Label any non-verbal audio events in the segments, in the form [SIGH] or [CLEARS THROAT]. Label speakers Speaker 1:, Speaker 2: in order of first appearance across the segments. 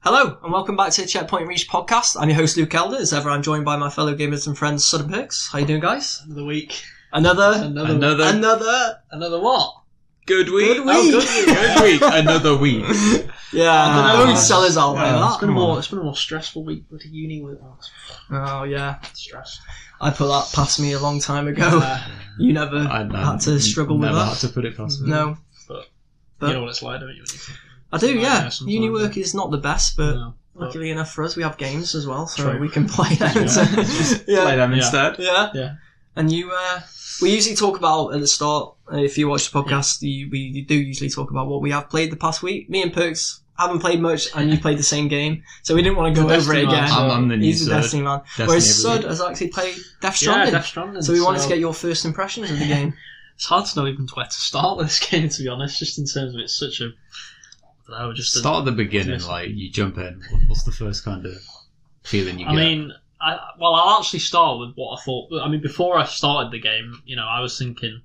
Speaker 1: Hello, and welcome back to the Checkpoint Reach podcast. I'm your host, Luke Elder. As ever, I'm joined by my fellow gamers and friends, Sutton Perks. How you doing, guys?
Speaker 2: Another week.
Speaker 1: Another,
Speaker 2: Another
Speaker 3: Another-
Speaker 1: another,
Speaker 2: another what?
Speaker 3: Good week.
Speaker 1: Good
Speaker 3: Oh,
Speaker 1: week.
Speaker 3: good
Speaker 1: [LAUGHS]
Speaker 3: week. Good week. Another week.
Speaker 1: yeah,
Speaker 2: I dunno.
Speaker 1: don't sell us out
Speaker 3: Yeah,
Speaker 2: Ah, it's
Speaker 1: like
Speaker 2: been a
Speaker 3: come
Speaker 2: more
Speaker 3: on.
Speaker 2: it's been a more stressful week with uni with oh, it's
Speaker 1: that. Oh yeah,
Speaker 2: f- [LAUGHS] stressed.
Speaker 1: I put that past me a long time ago.
Speaker 2: Uh,
Speaker 1: [LAUGHS] you never
Speaker 3: I know.
Speaker 1: had to struggle with
Speaker 3: Never
Speaker 1: that.
Speaker 3: had to put it past me.
Speaker 1: No, But-
Speaker 2: you know what it's like, don't you? when you-
Speaker 1: I do.
Speaker 2: Yeah,
Speaker 1: Yeah,
Speaker 2: sometimes,
Speaker 1: uni work is not the best, but
Speaker 2: No. But-
Speaker 1: luckily enough for us, we have games as well, so
Speaker 2: True.
Speaker 1: we can
Speaker 2: [LAUGHS]
Speaker 1: play them. [LAUGHS]
Speaker 3: Play them
Speaker 2: Yeah.
Speaker 3: instead.
Speaker 1: Yeah.
Speaker 2: Yeah.
Speaker 1: And you, uh, we usually talk about at the start. uh, If you watch the podcast, you, we do usually talk about what we have played the past week. Me and Perks haven't played much, and you played the same game, so we didn't want to go
Speaker 2: The
Speaker 1: over it
Speaker 2: Destiny
Speaker 1: again.
Speaker 3: I'm,
Speaker 2: man.
Speaker 3: I'm the new
Speaker 1: He's the
Speaker 3: Sud.
Speaker 1: Destiny man.
Speaker 3: Destiny
Speaker 1: Whereas
Speaker 3: every
Speaker 1: Sud
Speaker 3: week.
Speaker 1: has actually played Death
Speaker 2: yeah,
Speaker 1: Stranding.
Speaker 2: Death Stranding.
Speaker 1: so we wanted to get your first impressions of the game.
Speaker 2: It's hard to know even where to start [LAUGHS] with this game, to be honest. Just in terms of it's such a, I don't know, just a,
Speaker 3: Start at the beginning.
Speaker 2: Yes.
Speaker 3: Like you jump in. What's the first kind of feeling you
Speaker 2: I
Speaker 3: get?
Speaker 2: mean, I, well, I'll actually start with what I thought. I mean, before I started the game, you know, I was thinking,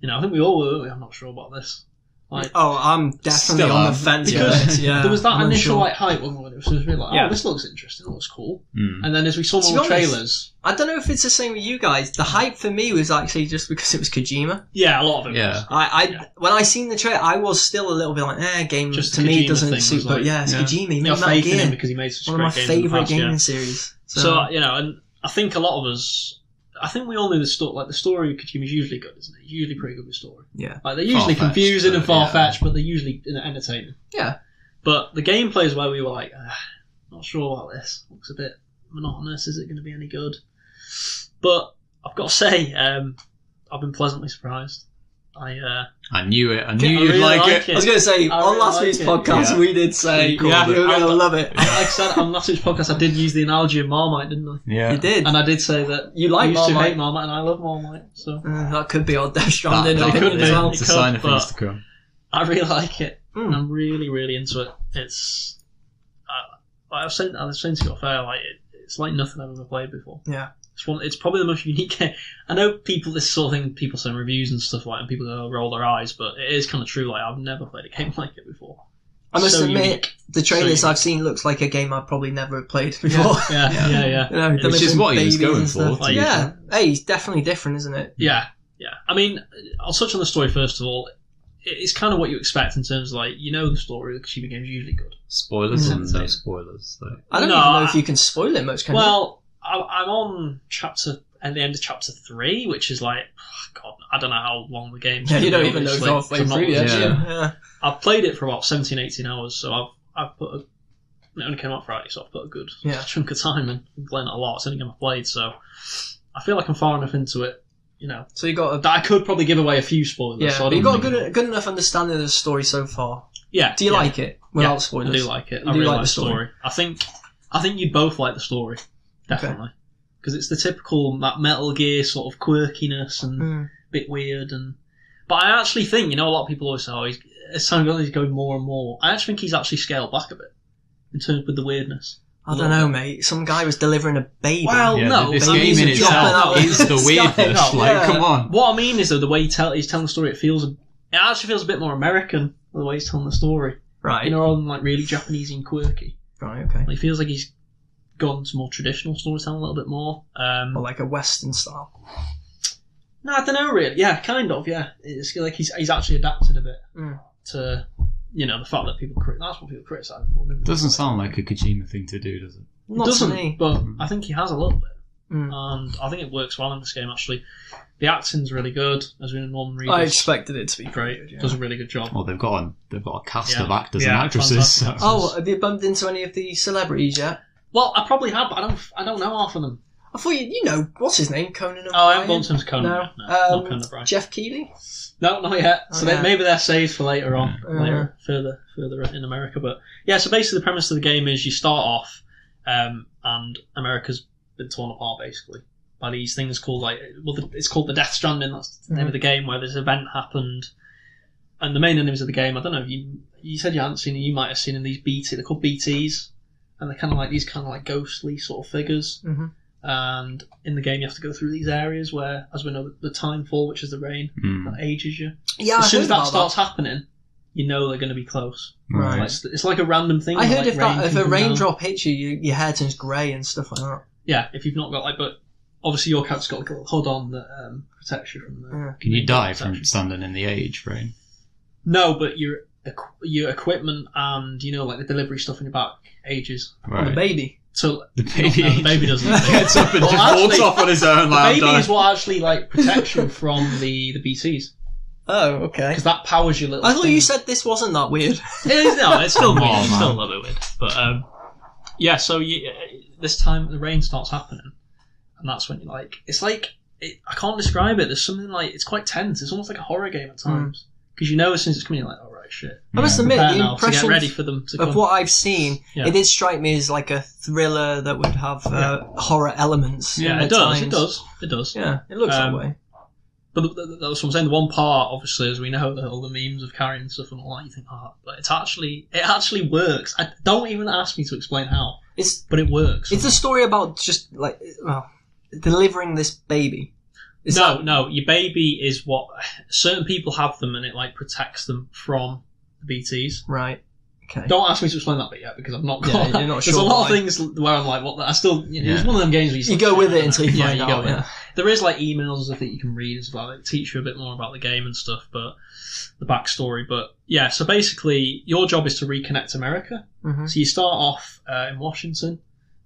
Speaker 2: you know, I think we all were. weren't we? I'm not sure about this. Like,
Speaker 1: Oh, I'm definitely
Speaker 3: Still
Speaker 1: on the
Speaker 3: am.
Speaker 1: fence.
Speaker 2: Because
Speaker 1: with it, yeah,
Speaker 2: there was that
Speaker 1: I'm
Speaker 2: initial
Speaker 1: unsure.
Speaker 2: like hype wasn't there? It was just really like,
Speaker 1: Yeah.
Speaker 2: oh, this looks interesting, looks cool.
Speaker 3: Mm.
Speaker 2: And then as we saw
Speaker 1: To
Speaker 2: more
Speaker 1: be honest-
Speaker 2: trailers,
Speaker 1: I don't know if it's the same with you guys. The hype for me was actually just because it was Kojima.
Speaker 2: yeah, a lot of it. was.
Speaker 3: Yeah.
Speaker 1: I, I
Speaker 2: Yeah.
Speaker 1: when I seen the trailer, I was still a little bit like, eh, game
Speaker 2: Just
Speaker 1: to
Speaker 2: the
Speaker 1: me
Speaker 2: Kojima
Speaker 1: doesn't
Speaker 2: thing
Speaker 1: suit.
Speaker 2: was
Speaker 1: But
Speaker 2: like-
Speaker 1: yeah, it's
Speaker 3: Yeah.
Speaker 1: Kojima,
Speaker 2: Your
Speaker 1: yeah, Metal
Speaker 2: faith in him
Speaker 1: Gear,
Speaker 2: because he made such
Speaker 1: one of
Speaker 2: great
Speaker 1: my
Speaker 2: games in the
Speaker 1: favorite
Speaker 2: past,
Speaker 1: gaming
Speaker 2: yeah.
Speaker 1: series. So,
Speaker 2: So, you know, and I think a lot of us, I think we all knew the story. Like the story of Kojima's usually good, isn't it? It's usually pretty good with story.
Speaker 1: Yeah.
Speaker 2: Like they're usually
Speaker 3: Far-fetched,
Speaker 2: confusing and
Speaker 3: but, yeah.
Speaker 2: far fetched, but they're usually you know, entertaining.
Speaker 1: Yeah.
Speaker 2: But the gameplay is where we were like, ah, not sure about this. Looks a bit monotonous. Is it going to be any good? But I've got to [LAUGHS] say, um, I've been pleasantly surprised. I uh,
Speaker 3: I knew it. I
Speaker 2: I
Speaker 3: knew you'd
Speaker 2: really
Speaker 3: like, it.
Speaker 1: I was gonna say
Speaker 2: I
Speaker 1: on
Speaker 2: really
Speaker 1: last
Speaker 2: like
Speaker 1: week's
Speaker 2: it.
Speaker 1: podcast
Speaker 3: Yeah.
Speaker 1: we did say
Speaker 3: You called
Speaker 1: yeah,
Speaker 3: it.
Speaker 1: you're gonna
Speaker 2: I-
Speaker 1: love it.
Speaker 2: And like I said on last week's podcast, I did use the analogy of Marmite, didn't I?
Speaker 3: Yeah.
Speaker 1: You did.
Speaker 2: And I did say that
Speaker 1: You
Speaker 2: I
Speaker 1: like
Speaker 2: used to
Speaker 1: Marmite.
Speaker 2: hate Marmite, and I love Marmite. So [LAUGHS]
Speaker 1: Uh, that could be our Death
Speaker 3: That,
Speaker 1: Stranding
Speaker 3: that
Speaker 2: it
Speaker 1: opinion
Speaker 2: could
Speaker 3: could
Speaker 2: be.
Speaker 1: as well.
Speaker 3: It's
Speaker 2: It
Speaker 3: a sign
Speaker 2: could,
Speaker 3: of things
Speaker 2: but-
Speaker 3: to come.
Speaker 2: I really like it.
Speaker 1: Hmm.
Speaker 2: I'm really, really into it. It's I, I was saying, I was saying to you off air, like it, it's like nothing I've ever played before.
Speaker 1: Yeah.
Speaker 2: it's one. It's probably the most unique. [LAUGHS] game. I know people this sort of thing. People send reviews and stuff like, and people go, roll their eyes, but it is kind of true. Like I've never played a [LAUGHS] game like it before.
Speaker 1: I must
Speaker 2: So
Speaker 1: admit,
Speaker 2: unique.
Speaker 1: the trailers
Speaker 2: So you-
Speaker 1: I've seen looks like a game I've probably never played before. [LAUGHS]
Speaker 2: yeah, yeah,
Speaker 3: Yeah.
Speaker 2: yeah, yeah,
Speaker 1: You know,
Speaker 2: Which
Speaker 1: them
Speaker 3: is
Speaker 1: little
Speaker 3: what he was
Speaker 1: babies
Speaker 3: going
Speaker 1: and stuff.
Speaker 3: for, to
Speaker 1: Yeah, hey, he's definitely different, isn't it?
Speaker 2: yeah, yeah. I mean, I'll touch on the story first of all. It- It's kind of what you expect in terms of like you know the story. The Kojima game's usually good.
Speaker 3: Spoilers and no
Speaker 2: Entertaining.
Speaker 3: spoilers. So.
Speaker 1: I don't
Speaker 2: No,
Speaker 1: even know
Speaker 2: I-
Speaker 1: if you can spoil it much. Can you?
Speaker 2: Well, I, I'm on chapter at the end of chapter three, which is like, oh, God, I don't know how long the game.
Speaker 1: [LAUGHS] [LAUGHS] Yeah, you don't even know if you're halfway through yet.
Speaker 3: Yeah.
Speaker 1: yeah.
Speaker 2: I've played it for about 17, 18 hours, so I've I've put a. It only came out Friday, so I've put a good
Speaker 1: Yeah.
Speaker 2: chunk of time in. I've been playing it a lot. It's the only game I've played, so I feel like I'm far enough into it. You know,
Speaker 1: So you got a
Speaker 2: that I could probably give away a few spoilers.
Speaker 1: Yeah,
Speaker 2: so I
Speaker 1: but you got
Speaker 2: don't
Speaker 1: a
Speaker 2: think-
Speaker 1: good, good enough understanding of the story so far.
Speaker 2: Yeah.
Speaker 1: Do you
Speaker 2: yeah.
Speaker 1: like it? Without
Speaker 2: Yeah,
Speaker 1: spoilers.
Speaker 2: I do like it.
Speaker 1: You
Speaker 2: I
Speaker 1: do
Speaker 2: really
Speaker 1: like
Speaker 2: like,
Speaker 1: the
Speaker 2: the story. I think I think you'd both like the story, definitely, because it's the typical Ma- Metal Gear sort of quirkiness and
Speaker 1: Mm.
Speaker 2: bit weird. And but I actually think you know a lot of people always say, "Oh, he's, as time goes, on, he's going more and more." I actually think he's actually scaled back a bit in terms with the weirdness.
Speaker 1: I don't know, mate. Some guy was delivering a baby.
Speaker 2: Well,
Speaker 3: Yeah,
Speaker 2: no,
Speaker 3: this
Speaker 2: but
Speaker 3: game
Speaker 2: he's
Speaker 3: in
Speaker 2: a
Speaker 3: itself
Speaker 2: job.
Speaker 3: is the
Speaker 1: It's
Speaker 3: weirdness.
Speaker 2: not-
Speaker 3: like,
Speaker 1: yeah.
Speaker 3: come on.
Speaker 2: What I mean is though the way he tell, he's telling the story, it feels it actually feels a bit more American the way he's telling the story.
Speaker 1: right.
Speaker 2: You know, rather than like really Japanese and quirky.
Speaker 1: right, okay.
Speaker 2: Like, it feels like he's gone to more traditional storytelling a little bit more. Um,
Speaker 1: Or like a Western style.
Speaker 2: No, I don't know, really. Yeah, kind of. Yeah, it's like he's he's actually adapted a bit
Speaker 1: Mm.
Speaker 2: to you know the fact that people crit- that's what people criticize for. It
Speaker 3: Doesn't sound like a Kojima thing to do, does it?
Speaker 1: Not
Speaker 2: doesn't,
Speaker 1: to me.
Speaker 2: but
Speaker 3: Mm.
Speaker 2: I think he has a little bit,
Speaker 1: Mm.
Speaker 2: and I think it works well in this game. Actually, the acting's really good, as we know Norman
Speaker 1: I
Speaker 2: Reedus
Speaker 1: expected it to be
Speaker 2: great,
Speaker 1: Oh, good, yeah.
Speaker 2: does a really good job.
Speaker 3: Well, they've got a, they've got a cast
Speaker 2: Yeah.
Speaker 3: of actors
Speaker 2: Yeah,
Speaker 3: and actresses. So.
Speaker 2: fantastic.
Speaker 1: Oh, have you bumped into any of the celebrities yet?
Speaker 2: Well, I probably have, but I don't I don't know half of them.
Speaker 1: I thought you, you know, what's his name? Conan
Speaker 2: Oh, I haven't
Speaker 1: O'Brien?
Speaker 2: gone to Conan.
Speaker 1: No.
Speaker 2: yet, No,
Speaker 1: Um,
Speaker 2: not Conan O'Brien.
Speaker 1: Jeff Keighley?
Speaker 2: No, not yet.
Speaker 1: Oh,
Speaker 2: So
Speaker 1: yeah.
Speaker 2: they, maybe they're saved for later on,
Speaker 1: Yeah.
Speaker 2: later further further in America. But yeah, so basically the premise of the game is you start off, um, and America's been torn apart basically by these things called like well, the, it's called the Death Stranding. That's the name of the
Speaker 1: Mm.
Speaker 2: game where this event happened, and the main enemies of the game. I don't know. if You you said you hadn't seen it. You might have seen in these BT. They're called BTS, and they're kind of like these kind of like ghostly sort of figures
Speaker 1: Mm-hmm.
Speaker 2: and in the game you have to go through these areas where, as we know, the time fall, which is the rain,
Speaker 3: Mm.
Speaker 2: that ages you.
Speaker 1: Yeah, I
Speaker 2: as soon
Speaker 1: heard
Speaker 2: as that
Speaker 1: about
Speaker 2: starts happening, you know they're going to be close.
Speaker 1: Right.
Speaker 2: Like, It's, it's like a random thing.
Speaker 1: I
Speaker 2: where,
Speaker 1: heard
Speaker 2: like,
Speaker 1: if that
Speaker 2: rain
Speaker 1: if
Speaker 2: can
Speaker 1: a
Speaker 2: come down.
Speaker 1: raindrop hits you, you, your hair turns grey and stuff like that.
Speaker 2: Yeah, if you've not got like, but obviously your cat's got a little hood on that um, protects you from the.
Speaker 1: Yeah.
Speaker 3: Can you die from standing in the age rain?
Speaker 2: No, but your equ- your equipment and you know like the delivery stuff in your back ages.
Speaker 1: And The
Speaker 3: Right.
Speaker 1: baby.
Speaker 2: So
Speaker 3: The baby,
Speaker 2: No, the
Speaker 3: [LAUGHS]
Speaker 2: baby doesn't.
Speaker 3: gets up and
Speaker 2: Well,
Speaker 3: just walks
Speaker 2: actually,
Speaker 3: off on his own.
Speaker 2: the
Speaker 3: Like, I'm
Speaker 2: baby
Speaker 3: done.
Speaker 2: is what actually like protects you from the the BTS
Speaker 1: Oh, okay.
Speaker 2: because that powers your little.
Speaker 1: I thought
Speaker 2: thing.
Speaker 1: you said this wasn't that weird.
Speaker 2: It is, no, it's still
Speaker 3: Come
Speaker 2: weird.
Speaker 3: on,
Speaker 2: It's still a
Speaker 3: man.
Speaker 2: little bit weird. But um, yeah, so you, this time the rain starts happening, and that's when you're like, it's like it, I can't describe it. There's something like it's quite tense. It's almost like a horror game
Speaker 1: Hmm.
Speaker 2: at times because you know as soon as it's coming, you're like, all right, shit.
Speaker 1: I must
Speaker 3: Yeah.
Speaker 1: admit,
Speaker 2: Prepare
Speaker 1: the
Speaker 2: now to get
Speaker 1: impression
Speaker 2: ready for them to
Speaker 1: of
Speaker 2: come.
Speaker 1: what I've seen,
Speaker 2: Yeah.
Speaker 1: it did strike me as like a thriller that would have uh, horror elements.
Speaker 2: yeah,
Speaker 1: at
Speaker 2: it does. It
Speaker 1: times.
Speaker 2: does. It does.
Speaker 1: Yeah, it looks
Speaker 2: Um,
Speaker 1: that way.
Speaker 2: But th- th- that's what I'm saying. The one part, obviously, as we know, the, all the memes of carrying stuff and all that, you think, oh, but it's actually it actually works. I, don't even ask me to explain how,
Speaker 1: It's
Speaker 2: but it works.
Speaker 1: it's a story about just like well, delivering this baby. Is
Speaker 2: no, no. Your baby is what certain people have them, and it like protects them from the BTS.
Speaker 1: right? Okay.
Speaker 2: Don't ask me to explain that bit yet because I've not
Speaker 1: Yeah,
Speaker 2: got.
Speaker 1: you're not
Speaker 2: There's
Speaker 1: sure
Speaker 2: a lot
Speaker 1: why.
Speaker 2: of things where I'm like, what? The, I still. You know, It's
Speaker 3: Yeah.
Speaker 2: one of them games where you,
Speaker 1: you
Speaker 2: still-
Speaker 1: go with it until you
Speaker 2: Yeah,
Speaker 1: find
Speaker 2: you go
Speaker 1: out.
Speaker 2: with it.
Speaker 1: Yeah.
Speaker 2: There is like emails I think you can read as well that teach you a bit more about the game and stuff, but the backstory. But yeah, so basically, your job is to reconnect America.
Speaker 1: Mhm.
Speaker 2: So you start off uh, in Washington.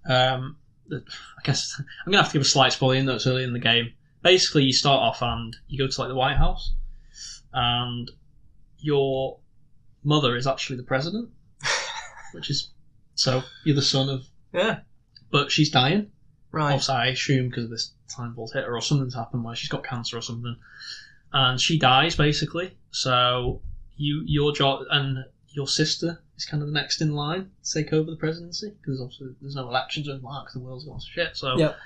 Speaker 2: Um, the- I guess [LAUGHS] I'm gonna have to give a slight spoiler, even though it's early in the game. Basically, you start off and you go to like the White House, and your mother is actually the president, which is so you're the son of,
Speaker 1: Yeah.
Speaker 2: but she's dying.
Speaker 1: Right.
Speaker 2: Obviously, I assume because of this time vault hit her or something's happened where she's got cancer or something, and she dies basically. So you, your job, and your sister is kind of the next in line to take over the presidency because obviously there's no elections and marks the world's gone to shit. So,
Speaker 1: Yep.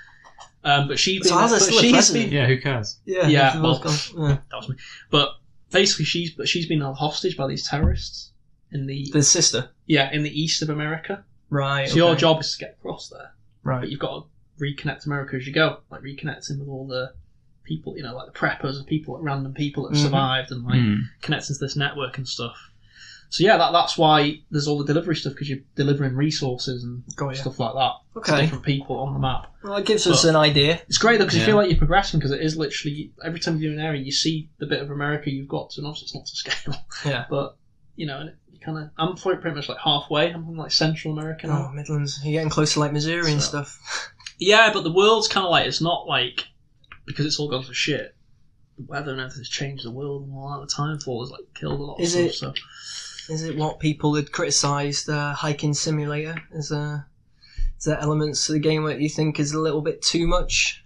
Speaker 2: um, but she's been,
Speaker 1: So how's there
Speaker 2: but
Speaker 1: still a
Speaker 2: she's
Speaker 1: president?
Speaker 2: been-
Speaker 3: Yeah, who cares?
Speaker 1: Yeah.
Speaker 2: Yeah,
Speaker 1: it's almost gone- yeah.
Speaker 2: that was me. But basically, she's but she's been held hostage by these terrorists in the
Speaker 1: The sister.
Speaker 2: yeah in the east of America.
Speaker 1: Right.
Speaker 2: So your
Speaker 1: okay.
Speaker 2: job is to get across there. but
Speaker 1: Right.
Speaker 2: you've got to reconnect America as you go, like reconnecting with all the people, you know, like the preppers and people, like random people that have
Speaker 1: Mhm.
Speaker 2: survived, and like
Speaker 3: Hmm.
Speaker 2: connecting to this network and stuff. So yeah, that, that's why there's all the delivery stuff because you're delivering resources and
Speaker 1: Got you.
Speaker 2: stuff like that to
Speaker 1: Oh, Okay.
Speaker 2: different people on the map.
Speaker 1: Well, it gives us an idea.
Speaker 2: It's great though because
Speaker 3: Yeah.
Speaker 2: you feel like you're progressing because it is literally every time you're in an area you see the bit of America you've got to, and obviously it's not to scale,
Speaker 1: Yeah.
Speaker 2: [LAUGHS] but you know, and it, you kind of I'm pretty much like halfway. I'm in like Central America now.
Speaker 1: Oh, Midlands. You're getting close to like Missouri and
Speaker 2: So-
Speaker 1: stuff.
Speaker 2: Yeah, but the world's kind of like it's not like because it's all gone to shit. The weather and everything's changed the world and all that. The time fall has like killed a lot.
Speaker 1: Is
Speaker 2: of
Speaker 1: it-
Speaker 2: Stuff, so.
Speaker 1: Is it what people had criticised uh, hiking simulator? Is there, is there elements to the game that you think is a little bit too much?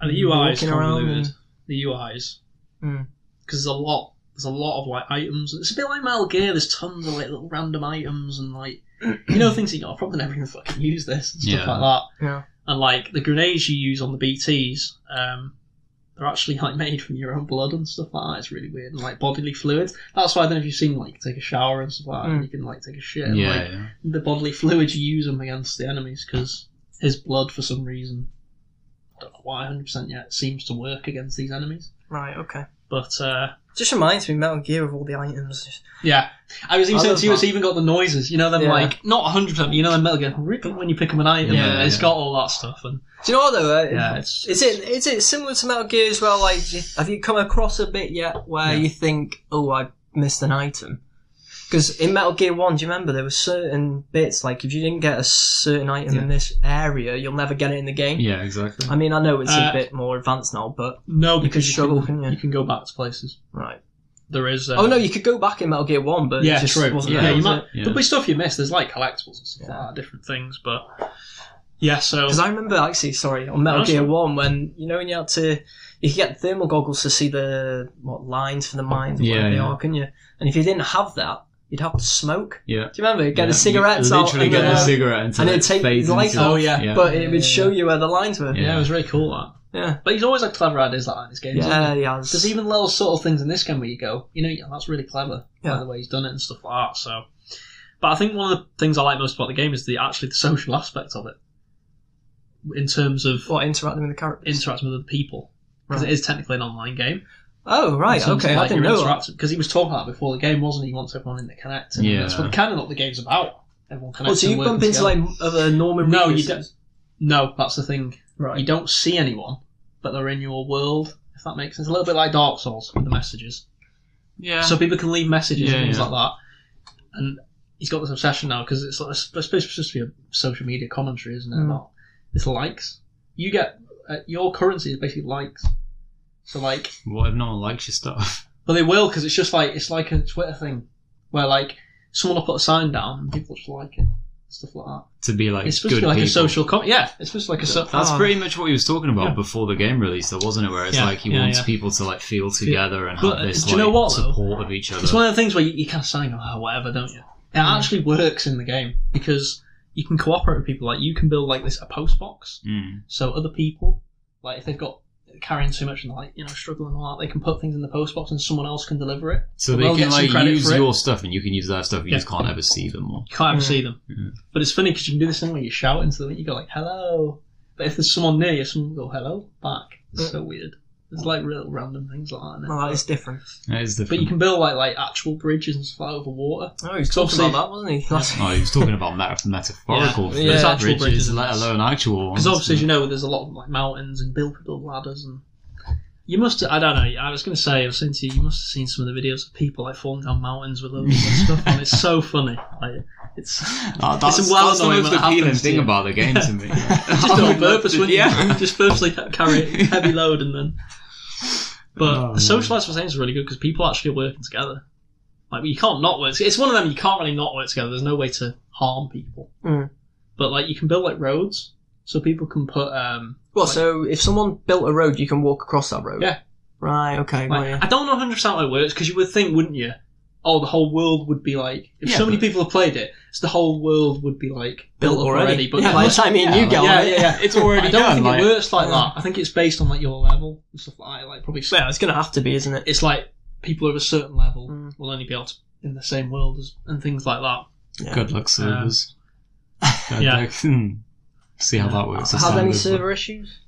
Speaker 2: And the UI is
Speaker 1: Walking around
Speaker 2: convoluted.
Speaker 1: and-
Speaker 2: The UIs
Speaker 1: Hmm.
Speaker 2: because there's a lot. There's a lot of like items. It's a bit like Metal Gear. There's tons of like little random items and like you know things that you got. I probably never even fucking use this and stuff
Speaker 3: Yeah.
Speaker 2: like that.
Speaker 1: Yeah.
Speaker 2: And like the grenades you use on the BTS, um, they're actually like made from your own blood and stuff like that. It's really weird. And like bodily fluids. That's why I don't know if you've seen like take a shower and stuff like that,
Speaker 1: Mm.
Speaker 2: and you can like take a shit.
Speaker 3: Yeah,
Speaker 2: And, like,
Speaker 3: yeah.
Speaker 2: the bodily fluids you use them against the enemies because his blood for some reason, I don't know why, hundred percent yet seems to work against these enemies.
Speaker 1: Right. Okay.
Speaker 2: But uh,
Speaker 1: Just reminds me Metal Gear of all the items.
Speaker 2: yeah, I was even
Speaker 1: I
Speaker 2: saying
Speaker 1: love
Speaker 2: to you, it's
Speaker 1: that.
Speaker 2: even got the noises. You know them
Speaker 1: Yeah.
Speaker 2: like not hundred percent. You know them Metal Gear "Rip" when you pick them an item.
Speaker 3: Yeah,
Speaker 2: and it's
Speaker 3: yeah.
Speaker 2: got all that stuff and
Speaker 1: Do you know what though? uh,
Speaker 2: yeah, it's
Speaker 1: Is it is it similar to Metal Gear as well? Like, have you come across a bit yet where
Speaker 2: No.
Speaker 1: you think, "Oh, I missed an item"? Because in Metal Gear One, do you remember there were certain bits like if you didn't get a certain item in this area, you'll never get it in the game.
Speaker 3: Yeah, exactly.
Speaker 1: I mean, I know it's
Speaker 2: Uh,
Speaker 1: a bit more advanced now, but
Speaker 2: No,
Speaker 1: you could
Speaker 2: because you
Speaker 1: struggle,
Speaker 2: can,
Speaker 1: couldn't you?
Speaker 2: you can go back to places.
Speaker 1: right.
Speaker 2: There is. Uh,
Speaker 1: oh no, you could go back in Metal Gear One, but
Speaker 2: yeah,
Speaker 1: it just
Speaker 2: true.
Speaker 1: wasn't
Speaker 2: yeah,
Speaker 1: there,
Speaker 2: you
Speaker 1: was
Speaker 2: might.
Speaker 1: it?
Speaker 3: Yeah.
Speaker 2: But with stuff you miss, there's like collectibles and stuff
Speaker 1: Yeah.
Speaker 2: like that, different things. But yeah, so
Speaker 1: Because I remember actually, sorry, on Metal
Speaker 2: That's
Speaker 1: Gear
Speaker 2: fine.
Speaker 1: One when you know when you had to, you could get thermal goggles to see the what lines for the mines, or
Speaker 3: Yeah,
Speaker 1: whatever they
Speaker 3: yeah.
Speaker 1: are, couldn't you? And if you didn't have that, you'd have to smoke.
Speaker 3: yeah.
Speaker 1: Do you remember? You'd get
Speaker 3: yeah.
Speaker 1: the cigarettes
Speaker 3: you
Speaker 1: out,
Speaker 3: literally
Speaker 1: and
Speaker 3: get
Speaker 1: then,
Speaker 3: a
Speaker 1: uh,
Speaker 3: cigarette until
Speaker 1: and it'd
Speaker 3: it
Speaker 1: take
Speaker 3: fades
Speaker 1: the light
Speaker 3: into-
Speaker 1: off.
Speaker 2: oh yeah. yeah,
Speaker 3: Yeah.
Speaker 1: but it would show you where the lines were.
Speaker 3: Yeah.
Speaker 2: it was really cool that.
Speaker 1: Yeah,
Speaker 2: But he's always had clever ideas like that in his games. isn't
Speaker 1: yeah,
Speaker 2: he?
Speaker 1: yeah.
Speaker 2: There's even little subtle things in this game where you go, you know, yeah, that's really clever. By
Speaker 1: Yeah.
Speaker 2: the way he's done it and stuff like that. So, but I think one of the things I like most about the game is the actually the social aspect of it, in terms of
Speaker 1: what interacting with the characters.
Speaker 2: interacting with other people, because
Speaker 1: Right.
Speaker 2: it is technically an online game.
Speaker 1: Oh right, okay, I didn't know that.
Speaker 2: Because he was talking about it before the game, wasn't he? He wants everyone in to connect. And
Speaker 3: Yeah.
Speaker 2: That's what kind of what the game's about. Everyone connects.
Speaker 1: Well, Oh, so you
Speaker 2: and working
Speaker 1: bump into
Speaker 2: together.
Speaker 1: like other Norman
Speaker 2: No, you
Speaker 1: Reedus?
Speaker 2: don't. No, that's the thing. You
Speaker 1: Right.
Speaker 2: don't see anyone, but they're in your world. If that makes sense, a little bit like Dark Souls with the messages.
Speaker 3: Yeah.
Speaker 2: So people can leave messages
Speaker 3: Yeah,
Speaker 2: and things
Speaker 3: yeah.
Speaker 2: like that. And he's got this obsession now because it's, like, it's supposed it's supposed to be a social media commentary, isn't it?
Speaker 1: Mm.
Speaker 2: About it's likes. You get uh, your currency is basically likes. So like,
Speaker 3: what if no one likes your stuff?
Speaker 2: but they will because it's just like it's like a Twitter thing where like someone will put a sign down and people just like it, stuff like that.
Speaker 3: to be like
Speaker 2: it's supposed
Speaker 3: good
Speaker 2: to be like
Speaker 3: people.
Speaker 2: a social comment. Yeah, it's supposed to be like a so-
Speaker 3: That's
Speaker 1: Ah.
Speaker 3: pretty much what he was talking about
Speaker 2: Yeah.
Speaker 3: before the game release, though, wasn't it? Where it's
Speaker 2: Yeah,
Speaker 3: like he
Speaker 2: yeah,
Speaker 3: wants
Speaker 2: yeah.
Speaker 3: people to like feel together and have
Speaker 2: But, uh,
Speaker 3: this
Speaker 2: do you know
Speaker 3: like,
Speaker 2: what, though?
Speaker 3: support of each other.
Speaker 2: It's one of the things where you, you kind of sign, oh, whatever, don't you? It
Speaker 1: Mm.
Speaker 2: actually works in the game because you can cooperate with people. Like you can build like this a post box,
Speaker 3: Mm.
Speaker 2: so other people, like if they've got carrying too much and like you know struggling and all that, they can put things in the post box and someone else can deliver it.
Speaker 3: So
Speaker 2: Well,
Speaker 3: they can
Speaker 2: get some
Speaker 3: like
Speaker 2: credit
Speaker 3: use
Speaker 2: for it.
Speaker 3: your stuff, and you can use their stuff. You
Speaker 2: Yeah.
Speaker 3: just can't ever see them. Or
Speaker 2: You can't ever
Speaker 1: Mm.
Speaker 2: see them,
Speaker 3: Mm.
Speaker 2: but it's funny because you can do this thing where you shout into them and you go like hello, but if there's someone near you, someone will go hello back. It's so weird. There's like real random things like that. innit?
Speaker 1: Mm. Well, that is different.
Speaker 3: that is
Speaker 2: But you
Speaker 3: different.
Speaker 2: can build like like actual bridges and stuff like over water.
Speaker 1: Oh, he was
Speaker 2: So
Speaker 1: talking about that,
Speaker 2: obviously-
Speaker 1: wasn't he? Last-
Speaker 3: Oh, he was talking about meta- metaphorical
Speaker 1: Yeah,
Speaker 3: bridges,
Speaker 1: yeah.
Speaker 2: actual bridges.
Speaker 3: let alone actual ones.
Speaker 2: Because obviously, as you know, there's a lot of like mountains and build build ladders and. You must. I don't know. I was going to say. I was saying to you. You must have seen some of the videos of people like falling down mountains with loads of stuff, and it's so funny. Like, it's
Speaker 3: Ah, that's,
Speaker 2: well
Speaker 3: that's the
Speaker 2: annoying
Speaker 3: most
Speaker 2: when it happens
Speaker 3: appealing
Speaker 2: to
Speaker 3: thing
Speaker 2: you.
Speaker 3: about the game to me.
Speaker 2: [LAUGHS]
Speaker 3: [LAUGHS]
Speaker 2: just on purpose, wouldn't you?
Speaker 3: Oh, Yeah.
Speaker 2: Just purposely ca- carry a heavy load and then. But
Speaker 3: Oh,
Speaker 2: the social life was saying is really good because people actually are working together. Like you can't not work. It's one of them you can't really not work together. There's no way to harm people.
Speaker 1: Mm.
Speaker 2: But like you can build like roads, so people can put um,
Speaker 1: Well, so if someone built a road, you can walk across that road.
Speaker 2: Yeah.
Speaker 1: Right. Okay.
Speaker 2: Like,
Speaker 1: right, yeah.
Speaker 2: I don't know 100 percent how it works because you would think, wouldn't you? Oh, the whole world would be like if
Speaker 3: Yeah,
Speaker 2: so many
Speaker 3: but-
Speaker 2: people have played it, it's the whole world would be like built, up already. But
Speaker 1: yeah,
Speaker 2: it
Speaker 1: by the [LAUGHS]
Speaker 2: must-
Speaker 1: time me and
Speaker 3: yeah,
Speaker 1: you get
Speaker 2: yeah,
Speaker 1: on it,
Speaker 2: yeah, yeah.
Speaker 3: It's already
Speaker 2: I don't
Speaker 3: done.
Speaker 2: think
Speaker 3: like,
Speaker 2: it works like
Speaker 1: Yeah.
Speaker 2: that. I think it's based on like your level and stuff like that. Like probably, s-
Speaker 1: Well, it's gonna have to be, isn't it?
Speaker 2: it's like people of a certain level
Speaker 1: Mm.
Speaker 2: will only be able to in the same world as and things like that.
Speaker 3: Good luck,
Speaker 2: [LAUGHS]
Speaker 3: servers. Good
Speaker 2: yeah.
Speaker 3: luck. Hmm. See how that works. this
Speaker 1: Have
Speaker 3: time
Speaker 1: any
Speaker 3: as well.
Speaker 1: server issues?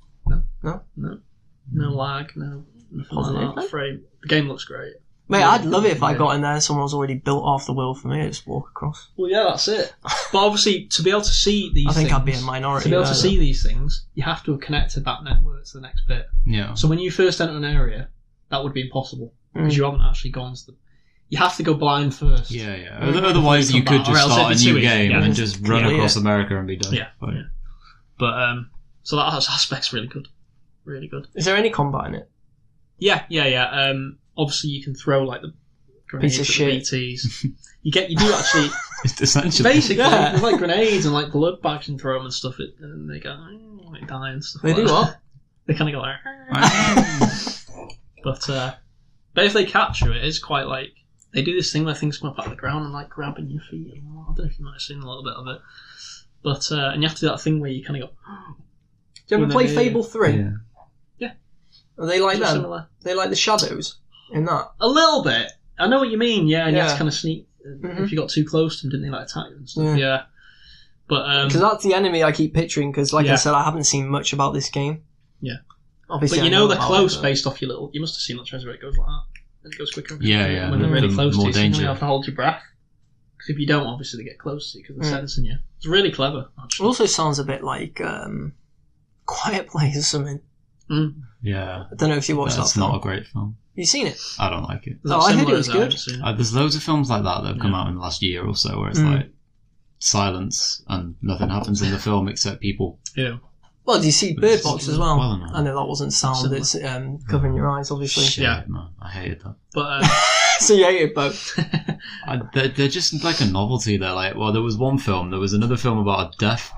Speaker 2: No lag, no nothing like
Speaker 1: Mm. Positive,
Speaker 2: that. Frame. The game looks great.
Speaker 1: Mate,
Speaker 2: Yeah,
Speaker 1: I'd love it if I
Speaker 2: yeah.
Speaker 1: got in there. and Someone's already built half the world for me. I just walk across.
Speaker 2: Well, yeah, that's
Speaker 1: [LAUGHS]
Speaker 2: it. But obviously, to be able to see these,
Speaker 1: I think I'd be a
Speaker 2: things-
Speaker 1: minority.
Speaker 2: To be able to
Speaker 1: there,
Speaker 2: see these things, you have to have connected that network to the next bit.
Speaker 3: Yeah.
Speaker 2: So when you first enter an area, that would be impossible
Speaker 1: though.
Speaker 2: because
Speaker 1: Mm.
Speaker 2: you haven't actually gone to them. You have to go blind first.
Speaker 3: Yeah, yeah.
Speaker 1: Mm.
Speaker 3: Oth- Otherwise,
Speaker 2: Come
Speaker 3: you could
Speaker 2: back, or
Speaker 3: just
Speaker 2: else
Speaker 3: start a
Speaker 2: it'd be
Speaker 3: new
Speaker 2: too easy.
Speaker 3: game
Speaker 2: Yeah.
Speaker 3: and just run
Speaker 1: Yeah, yeah.
Speaker 3: across America and be done.
Speaker 2: Yeah.
Speaker 3: But-
Speaker 2: Yeah. But um, so that that aspect's really good, really good.
Speaker 1: Is there any combat in it?
Speaker 2: Yeah, yeah, yeah. Um, obviously you can throw like the grenades
Speaker 1: Piece of
Speaker 2: at
Speaker 1: [LAUGHS]
Speaker 2: the BTS. you get, you do actually.
Speaker 3: [LAUGHS] It's essentially. [LAUGHS]
Speaker 2: basically,
Speaker 1: Yeah.
Speaker 2: there's like grenades and like blood bags and throw them and stuff, it, and they go "Mm," they die and stuff.
Speaker 1: They
Speaker 2: like
Speaker 1: [LAUGHS] do
Speaker 2: that.
Speaker 1: what?
Speaker 2: [LAUGHS] They kind of go like. [LAUGHS]
Speaker 3: Wow.
Speaker 2: But uh, but if they catch you, it is quite like they do this thing where things come up out of the ground and like grabbing your feet. And all. that. I don't know if you might have seen a little bit of it, but uh, and you have to do that thing where you kind of go
Speaker 1: Do you ever
Speaker 2: Well,
Speaker 1: play
Speaker 2: then, yeah,
Speaker 1: Fable Three?
Speaker 3: Yeah.
Speaker 1: Are they like
Speaker 2: "Is it
Speaker 1: them?
Speaker 2: similar?"
Speaker 1: They like the shadows in that.
Speaker 2: a little bit. I know what you mean. Yeah, and you have
Speaker 1: Yeah.
Speaker 2: to kind of sneak uh,
Speaker 1: Mhm.
Speaker 2: if you got too close to them, didn't they like attack you and stuff?
Speaker 1: Yeah.
Speaker 2: Yeah, but um,
Speaker 1: Because that's the enemy I keep picturing. Because, like I
Speaker 2: Yeah.
Speaker 1: said, I haven't seen much about this game.
Speaker 2: Yeah.
Speaker 1: Obviously,
Speaker 2: but
Speaker 1: I
Speaker 2: you know they're
Speaker 1: about
Speaker 2: close
Speaker 1: it, but-
Speaker 2: based off your little. You must have seen that treasure. It goes like that. It goes quicker. and
Speaker 3: Yeah,
Speaker 2: quicker
Speaker 3: yeah,
Speaker 2: When
Speaker 1: the-
Speaker 2: they're really
Speaker 3: the
Speaker 2: close to
Speaker 3: more
Speaker 2: you, so you
Speaker 3: danger.
Speaker 2: really have to hold your breath. Because if you don't, obviously they get close to you because they're
Speaker 1: Mm.
Speaker 2: sensing you. It's really clever.
Speaker 1: It
Speaker 2: Actually.
Speaker 1: also sounds a bit like um, Quiet Place or something.
Speaker 2: Mm.
Speaker 3: Yeah.
Speaker 1: I don't know if you watched
Speaker 3: That's
Speaker 1: that.
Speaker 3: not
Speaker 1: Film.
Speaker 3: a great film.
Speaker 1: You seen it?
Speaker 3: I don't like it.
Speaker 2: There's
Speaker 1: Oh, I heard it
Speaker 2: similar
Speaker 1: was
Speaker 2: as that, I
Speaker 1: good.
Speaker 2: haven't seen it.
Speaker 3: Uh, there's loads of films like that that have come
Speaker 2: Yeah.
Speaker 3: out in the last year or so where it's
Speaker 1: Mm.
Speaker 3: like silence and nothing happens in the film except people.
Speaker 2: Yeah.
Speaker 1: Well, do you see Bird
Speaker 3: It's-
Speaker 1: Box as well?
Speaker 3: well, no.
Speaker 1: I know that wasn't sound.
Speaker 2: Similar.
Speaker 1: It's um, covering your eyes, obviously.
Speaker 3: Shit,
Speaker 2: Yeah.
Speaker 3: man. I hated that.
Speaker 2: But uh,
Speaker 1: [LAUGHS] so you hate it, but
Speaker 2: [LAUGHS]
Speaker 3: I, they're, they're just like a novelty. They're like, well, there was one film, there was another film about a deaf,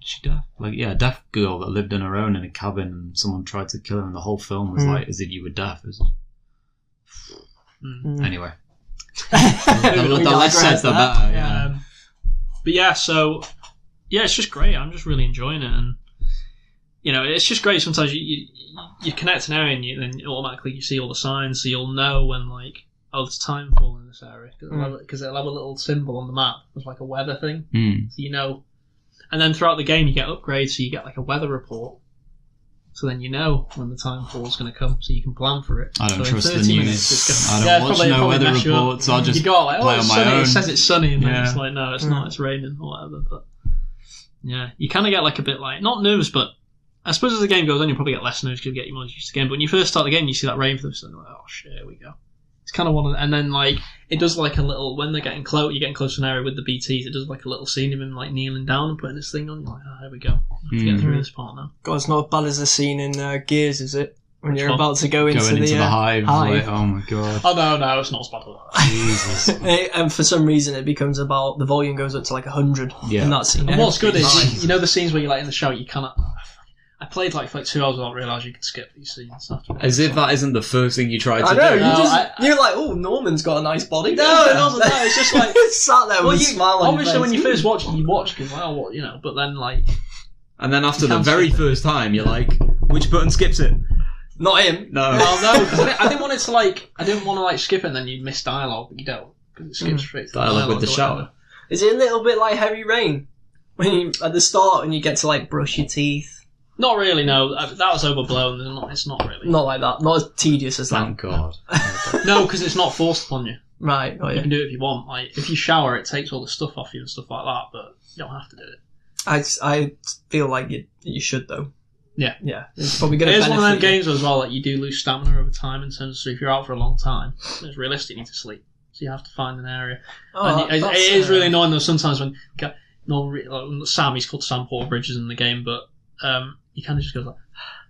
Speaker 3: she deaf, like yeah, a deaf girl that lived on her own in a cabin, and someone tried to kill her, and the whole film was
Speaker 1: Hmm.
Speaker 3: like, as if you were deaf. It was-
Speaker 2: mm.
Speaker 1: Mm.
Speaker 2: [LAUGHS]
Speaker 3: Anyway,
Speaker 1: [LAUGHS]
Speaker 3: the,
Speaker 1: We
Speaker 3: the less said,
Speaker 1: digress
Speaker 3: the
Speaker 1: there.
Speaker 3: better. Yeah.
Speaker 2: um, but yeah, so yeah, it's just great. I'm just really enjoying it, and you know, it's just great. Sometimes you you, you connect an area, and you, then automatically you see all the signs, so you'll know when like oh, it's time falling in this area because it'll, have- 'cause it'll have a little symbol on the map. It's like a weather thing,
Speaker 3: Hmm.
Speaker 2: so you know. And then throughout the game, you get upgrades, so you get like a weather report. So then you know when the time for is going to come, so you can plan for it.
Speaker 3: I don't
Speaker 2: so in
Speaker 3: trust the
Speaker 2: 30
Speaker 3: news.
Speaker 2: minutes it's
Speaker 3: I
Speaker 2: gonna-
Speaker 3: don't
Speaker 2: Yeah,
Speaker 3: watch
Speaker 2: probably-
Speaker 3: no
Speaker 2: probably
Speaker 3: weather
Speaker 2: mess you up.
Speaker 3: reports. I
Speaker 2: you
Speaker 3: just
Speaker 2: go like, oh,
Speaker 3: play
Speaker 2: it's
Speaker 3: on my
Speaker 2: sunny.
Speaker 3: own.
Speaker 2: It says it's sunny, and then
Speaker 3: Yeah.
Speaker 2: it's like, no, it's not. It's raining or whatever. But yeah, you kind of get like a bit like not nervous, but I suppose as the game goes on, you probably get less nervous because you get more used to the game. But when you first start the game, you see that rain for the first time, you're like, oh shit, here we go. It's kind of one, of the, and then like it does like a little when they're getting close, you're getting close to an area with the BTS. It does like a little scene of him like kneeling down and putting this thing on. You're like, oh, here we go. We have to
Speaker 3: Mm.
Speaker 2: get through this part now.
Speaker 1: God, it's not as bad as the scene in uh, Gears, is it? When
Speaker 2: Which
Speaker 1: you're
Speaker 2: one?
Speaker 1: about to go into
Speaker 3: going into
Speaker 1: the.
Speaker 3: the,
Speaker 1: uh,
Speaker 3: hive.
Speaker 1: hive.
Speaker 3: Like, oh my god,
Speaker 2: Oh no, no, it's not as bad as that.
Speaker 3: Jesus.
Speaker 1: eh, and for some reason, it becomes about the volume goes up to like hundred
Speaker 3: [LAUGHS] Yeah.
Speaker 1: in that scene.
Speaker 2: And what's good
Speaker 1: Everything's
Speaker 2: is
Speaker 1: fine.
Speaker 2: you know the scenes where you're like in the shower, you cannot. I played like for like two hours without realising you could skip these scenes.
Speaker 4: As if that isn't the first thing you try to
Speaker 1: I know.
Speaker 4: do.
Speaker 1: You
Speaker 2: No,
Speaker 1: just
Speaker 2: I-
Speaker 1: you're like, oh, Norman's got a nice body.
Speaker 2: No, it wasn't that, it's just like-
Speaker 1: [LAUGHS] sat there
Speaker 2: Well,
Speaker 1: with
Speaker 2: you-
Speaker 1: a smile. on your
Speaker 2: obviously when
Speaker 1: face.
Speaker 2: you first watch it, you watch because well, what you know. But then like
Speaker 4: And then after
Speaker 2: You
Speaker 4: the
Speaker 2: can't
Speaker 4: very
Speaker 2: skip it.
Speaker 4: first time, you're like, which button skips it?
Speaker 1: not him.
Speaker 4: No.
Speaker 2: well no, 'cause I, didn't, I didn't want it to like I didn't want to like skip it and then you'd miss dialogue. But you don't because it skips straight to the
Speaker 4: Dialogue with the
Speaker 2: or
Speaker 4: shower.
Speaker 2: whatever.
Speaker 1: Is it a little bit like heavy rain when you at the start and you get to like brush your teeth?
Speaker 2: Not really. No, Uh, that was overblown. It's not, it's not really.
Speaker 1: Not like that. Not as tedious as that.
Speaker 3: [LAUGHS] Thank God.
Speaker 2: No, because it's not forced upon you.
Speaker 1: Right. Oh
Speaker 2: You
Speaker 1: yeah.
Speaker 2: can do it if you want. Like if you shower, it takes all the stuff off you and stuff like that. But you don't have to do it.
Speaker 1: I, I feel like you you should though.
Speaker 2: Yeah.
Speaker 1: Yeah. It's probably gonna.
Speaker 2: It is one of
Speaker 1: benefit
Speaker 2: those
Speaker 1: you.
Speaker 2: games as well that you do lose stamina over time in terms of so if you're out for a long time, it's realistic you need to sleep. So you have to find an area.
Speaker 1: Oh,
Speaker 2: and it,
Speaker 1: that's,
Speaker 2: it is
Speaker 1: uh,
Speaker 2: really annoying though sometimes when ca- no, re- like, Sam he's called Sam Porter Bridges in the game, but um, he kind of just goes like, [SIGHS]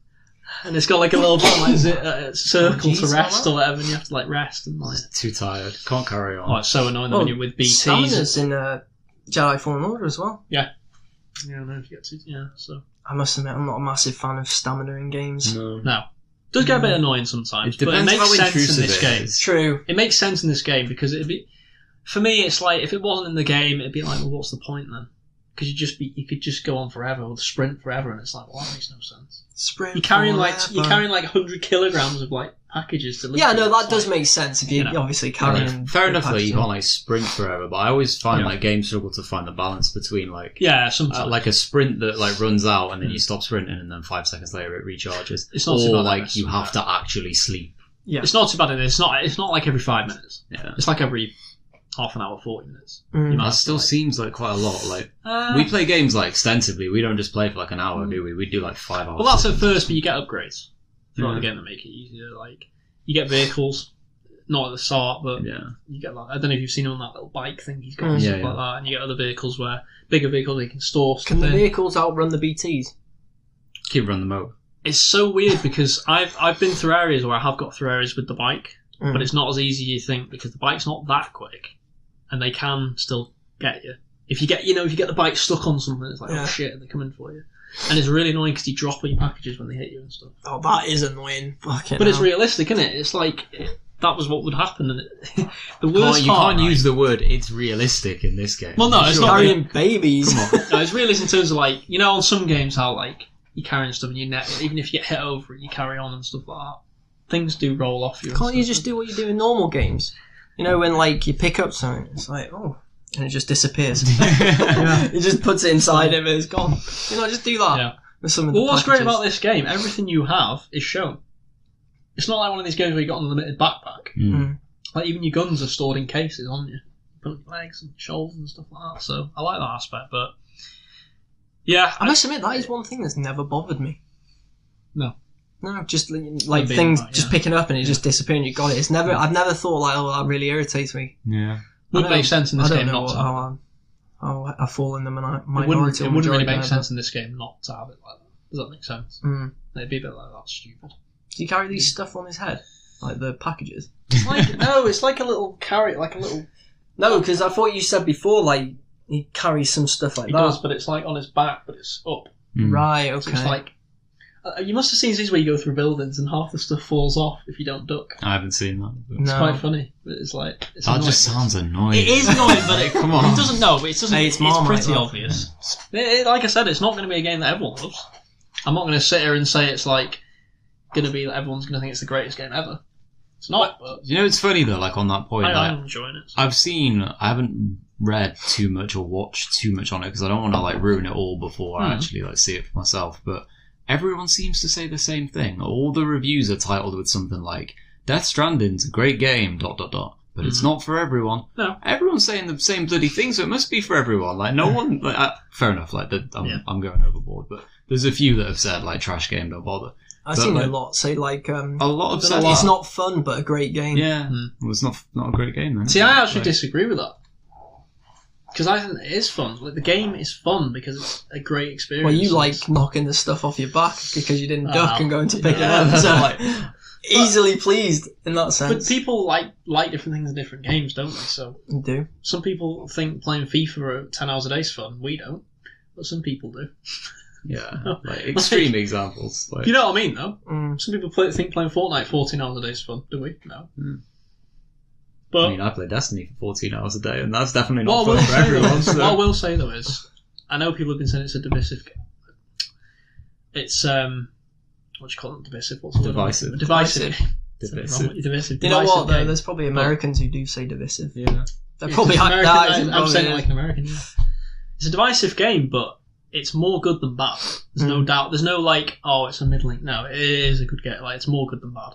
Speaker 2: and it's got like a little bit like is it uh, a a circle
Speaker 1: Jeez,
Speaker 2: to rest
Speaker 1: hello?
Speaker 2: or whatever, and you have to like rest and like.
Speaker 3: Oh, Too tired. Can't carry
Speaker 2: Oh,
Speaker 3: on.
Speaker 2: it's so annoying
Speaker 1: Oh,
Speaker 2: when you're with BTs.
Speaker 1: Stamina's in uh, Jedi Fallen Order as well.
Speaker 2: Yeah, no, if you get to, yeah, so
Speaker 1: I must admit, I'm not a massive fan of stamina in games.
Speaker 4: No.
Speaker 2: does get a bit
Speaker 1: Mm.
Speaker 2: annoying sometimes,
Speaker 4: It
Speaker 2: but it
Speaker 4: depends
Speaker 2: makes
Speaker 4: how
Speaker 2: sense in
Speaker 4: intrusive
Speaker 2: this
Speaker 4: it
Speaker 2: game.
Speaker 4: is.
Speaker 1: It's True.
Speaker 2: it makes sense in this game because it'd be for me it's like if it wasn't in the game it'd be like well what's the point then because you just be you could just go on forever or sprint forever and it's like well that makes no sense
Speaker 1: Sprint
Speaker 2: you're carrying like
Speaker 1: forever.
Speaker 2: you're carrying like 100 kilograms of like packages to lift
Speaker 1: Yeah, no,
Speaker 2: you.
Speaker 1: that
Speaker 2: It's
Speaker 1: does
Speaker 2: like,
Speaker 1: make sense if you
Speaker 2: you know.
Speaker 1: obviously carrying.
Speaker 3: Fair enough
Speaker 1: packages
Speaker 3: that you
Speaker 1: on.
Speaker 3: can't like sprint forever, but I always find
Speaker 2: Yeah.
Speaker 3: like games struggle to find the balance between like
Speaker 2: yeah sometimes
Speaker 3: uh, like a sprint that like runs out and then you stop sprinting and then five seconds later it recharges.
Speaker 2: It's not too
Speaker 3: or
Speaker 2: bad, I
Speaker 3: like
Speaker 2: guess.
Speaker 3: you have to actually sleep.
Speaker 1: Yeah.
Speaker 2: it's not too bad in it. it's not it's not like every five minutes
Speaker 3: Yeah.
Speaker 2: it's like every half an hour 40 minutes
Speaker 1: Mm.
Speaker 2: might
Speaker 3: That still
Speaker 2: like-
Speaker 3: seems like quite a lot. Like
Speaker 2: uh,
Speaker 3: we play games like extensively. We don't just play for like an hour, do we? We do like five hours.
Speaker 2: well that's at first but you get upgrades throughout
Speaker 3: Yeah.
Speaker 2: the game that make it easier like you get vehicles not at the start but
Speaker 3: yeah.
Speaker 2: you get like I don't know if you've seen him on that little bike thing he's got
Speaker 1: Mm.
Speaker 2: and
Speaker 3: Yeah,
Speaker 2: stuff like that, and you get other vehicles where bigger vehicles they can store stuff
Speaker 1: Can the
Speaker 2: in.
Speaker 1: vehicles outrun the BTs?
Speaker 3: Keep running them over.
Speaker 2: It's so weird because I've I've been through areas where I have got through areas with the bike,
Speaker 1: Mm.
Speaker 2: but it's not as easy as you think because the bike's not that quick, and they can still get you if you get you know if you get the bike stuck on something it's like
Speaker 1: Yeah.
Speaker 2: oh shit and they're coming for you. And it's really annoying because you drop all your packages when they hit you and stuff.
Speaker 1: Oh, that is annoying. Fucking
Speaker 2: But it's
Speaker 1: hell.
Speaker 2: realistic, isn't it? It's like it- that was what would happen. And it, [LAUGHS] the
Speaker 3: Can't,
Speaker 2: worst
Speaker 3: you
Speaker 2: part,
Speaker 3: can't
Speaker 2: right?
Speaker 3: use the word "it's realistic" in this game.
Speaker 2: Well, no,
Speaker 3: [LAUGHS]
Speaker 2: it's not
Speaker 1: carrying babies.
Speaker 2: No, it's really in terms of like you know on some games how like you're carrying stuff and you net even if you get hit over it you carry on and stuff like that. Things do roll off you. and
Speaker 1: Can't you
Speaker 2: stuff.
Speaker 1: just do what you do in normal games? You know, when like you pick up something, it's like oh, and it just
Speaker 2: [LAUGHS]
Speaker 1: disappears. [LAUGHS] It just puts it inside him and it's gone. You know, just do that
Speaker 2: Yeah.
Speaker 1: with some of the
Speaker 2: Well, what's great
Speaker 1: packages.
Speaker 2: about this game? Everything you have is shown. It's not like one of these games where you got an unlimited backpack.
Speaker 3: Mm.
Speaker 2: Like even your guns are stored in cases, aren't you? You Put your legs and shoulders and stuff like that. So I like that aspect, but yeah,
Speaker 1: I must admit that is one thing that's never bothered me.
Speaker 2: No.
Speaker 1: No, just li- like
Speaker 2: being
Speaker 1: things
Speaker 2: right,
Speaker 1: just
Speaker 2: yeah.
Speaker 1: picking up and it just disappearing. You got it. It's never. I've never thought like, oh, that really irritates me.
Speaker 3: Yeah.
Speaker 2: would
Speaker 1: I
Speaker 2: make
Speaker 1: don't-
Speaker 2: sense in
Speaker 1: I
Speaker 2: this
Speaker 1: don't
Speaker 2: game
Speaker 1: know
Speaker 2: not to.
Speaker 1: what, how I'm, how I fall in the minor-
Speaker 2: it wouldn't,
Speaker 1: minority.
Speaker 2: it
Speaker 1: or
Speaker 2: wouldn't really
Speaker 1: majority
Speaker 2: make
Speaker 1: there,
Speaker 2: sense in this game not to have it like that. Does that make sense?
Speaker 1: but- Mm.
Speaker 2: It'd be a bit like that stupid.
Speaker 1: Do you carry these stuff on his head, like the packages?
Speaker 2: It's like no, it's like a little carrot, like a little.
Speaker 1: No, because I thought you said before, like he carries some stuff like
Speaker 2: He
Speaker 1: that.
Speaker 2: does, but it's like on his back, but it's up.
Speaker 3: Mm.
Speaker 1: Right.
Speaker 2: So
Speaker 1: Okay.
Speaker 2: it's like uh, you must have seen these where you go through buildings and half the stuff falls off if you don't duck.
Speaker 3: I haven't seen that. but-
Speaker 2: It's
Speaker 1: no.
Speaker 2: quite funny. But it's like it's
Speaker 3: That
Speaker 2: annoying.
Speaker 3: just sounds annoying.
Speaker 2: It is annoying, but
Speaker 3: [LAUGHS]
Speaker 2: it,
Speaker 3: Come on.
Speaker 2: it doesn't know. But it doesn't.
Speaker 1: Hey, it's
Speaker 2: it's,
Speaker 1: Marmite,
Speaker 2: pretty
Speaker 1: love.
Speaker 2: obvious. It- it- like I said, it's not going to be a game that everyone loves. I'm not going to sit here and say it's like going to be that everyone's going to think it's the greatest game ever. It's not. But
Speaker 3: You know, it's funny though. Like on that point,
Speaker 2: I,
Speaker 3: like,
Speaker 2: I'm enjoying it.
Speaker 3: I've seen, I haven't read too much or watched too much on it because I don't want to like ruin it all before I
Speaker 2: Mhm.
Speaker 3: actually like see it for myself. But everyone seems to say the same thing. All the reviews are titled with something like Death Stranding's a great game, dot dot dot. But it's
Speaker 2: Mhm.
Speaker 3: not for everyone.
Speaker 2: No. Hmm.
Speaker 3: everyone's saying the same bloody thing, so it must be for everyone. Like no one. Like, uh, fair enough. Like that, I'm,
Speaker 2: Yeah.
Speaker 3: I'm going overboard. But there's a few that have said like trash game, don't bother.
Speaker 1: I've
Speaker 3: But,
Speaker 1: seen a
Speaker 3: like-
Speaker 1: lot say like um,
Speaker 3: A lot of
Speaker 1: it's
Speaker 3: said
Speaker 1: not- it's
Speaker 3: that.
Speaker 1: not fun but a great game.
Speaker 3: Yeah,
Speaker 2: Mm.
Speaker 3: well, it's not not a great game then.
Speaker 2: See, I actually
Speaker 3: Like,
Speaker 2: disagree with that because I think it is fun. Like the game is fun because it's a great experience.
Speaker 1: Well, you like knocking the stuff off your back because you didn't
Speaker 2: Oh,
Speaker 1: duck and
Speaker 2: [LAUGHS]
Speaker 1: going to pick
Speaker 2: yeah.
Speaker 1: it up. So like,
Speaker 2: But-
Speaker 1: easily pleased in that
Speaker 2: but
Speaker 1: sense.
Speaker 2: people like like different things in different games, don't they? So
Speaker 1: You do.
Speaker 2: some people think playing FIFA ten hours a day is fun. We don't, but some people do. [LAUGHS]
Speaker 3: yeah, like extreme examples. Like,
Speaker 2: You know what I mean, though.
Speaker 1: Mm.
Speaker 2: Some people play, think playing Fortnite 14 hours a day is fun, do we? No.
Speaker 3: Hmm.
Speaker 2: But
Speaker 3: I mean, I play Destiny for 14 hours a day, and that's definitely not fun
Speaker 2: what, I will
Speaker 3: for
Speaker 2: say though
Speaker 3: everyone.
Speaker 2: is, what I
Speaker 3: So.
Speaker 2: will say though is, I know people have been saying it's a divisive game. It's, um, what do you call it? Divisive? What's the
Speaker 3: Divisive.
Speaker 2: word? Divisive.
Speaker 3: Divisive.
Speaker 2: [LAUGHS] Divisive. divisive.
Speaker 1: You know what though?
Speaker 2: game.
Speaker 1: There's probably Americans who do say divisive.
Speaker 4: Yeah.
Speaker 1: They're
Speaker 2: It's
Speaker 1: probably
Speaker 2: just
Speaker 1: like
Speaker 2: American,
Speaker 1: that.
Speaker 2: I-
Speaker 1: isn't
Speaker 2: I'm
Speaker 1: it?
Speaker 2: saying it like an American, yeah. It's a divisive game, but it's more good than bad. There's
Speaker 1: Hmm.
Speaker 2: no doubt. There's no like, oh, it's a middling. No, it is a good game. Like, it's more good than bad.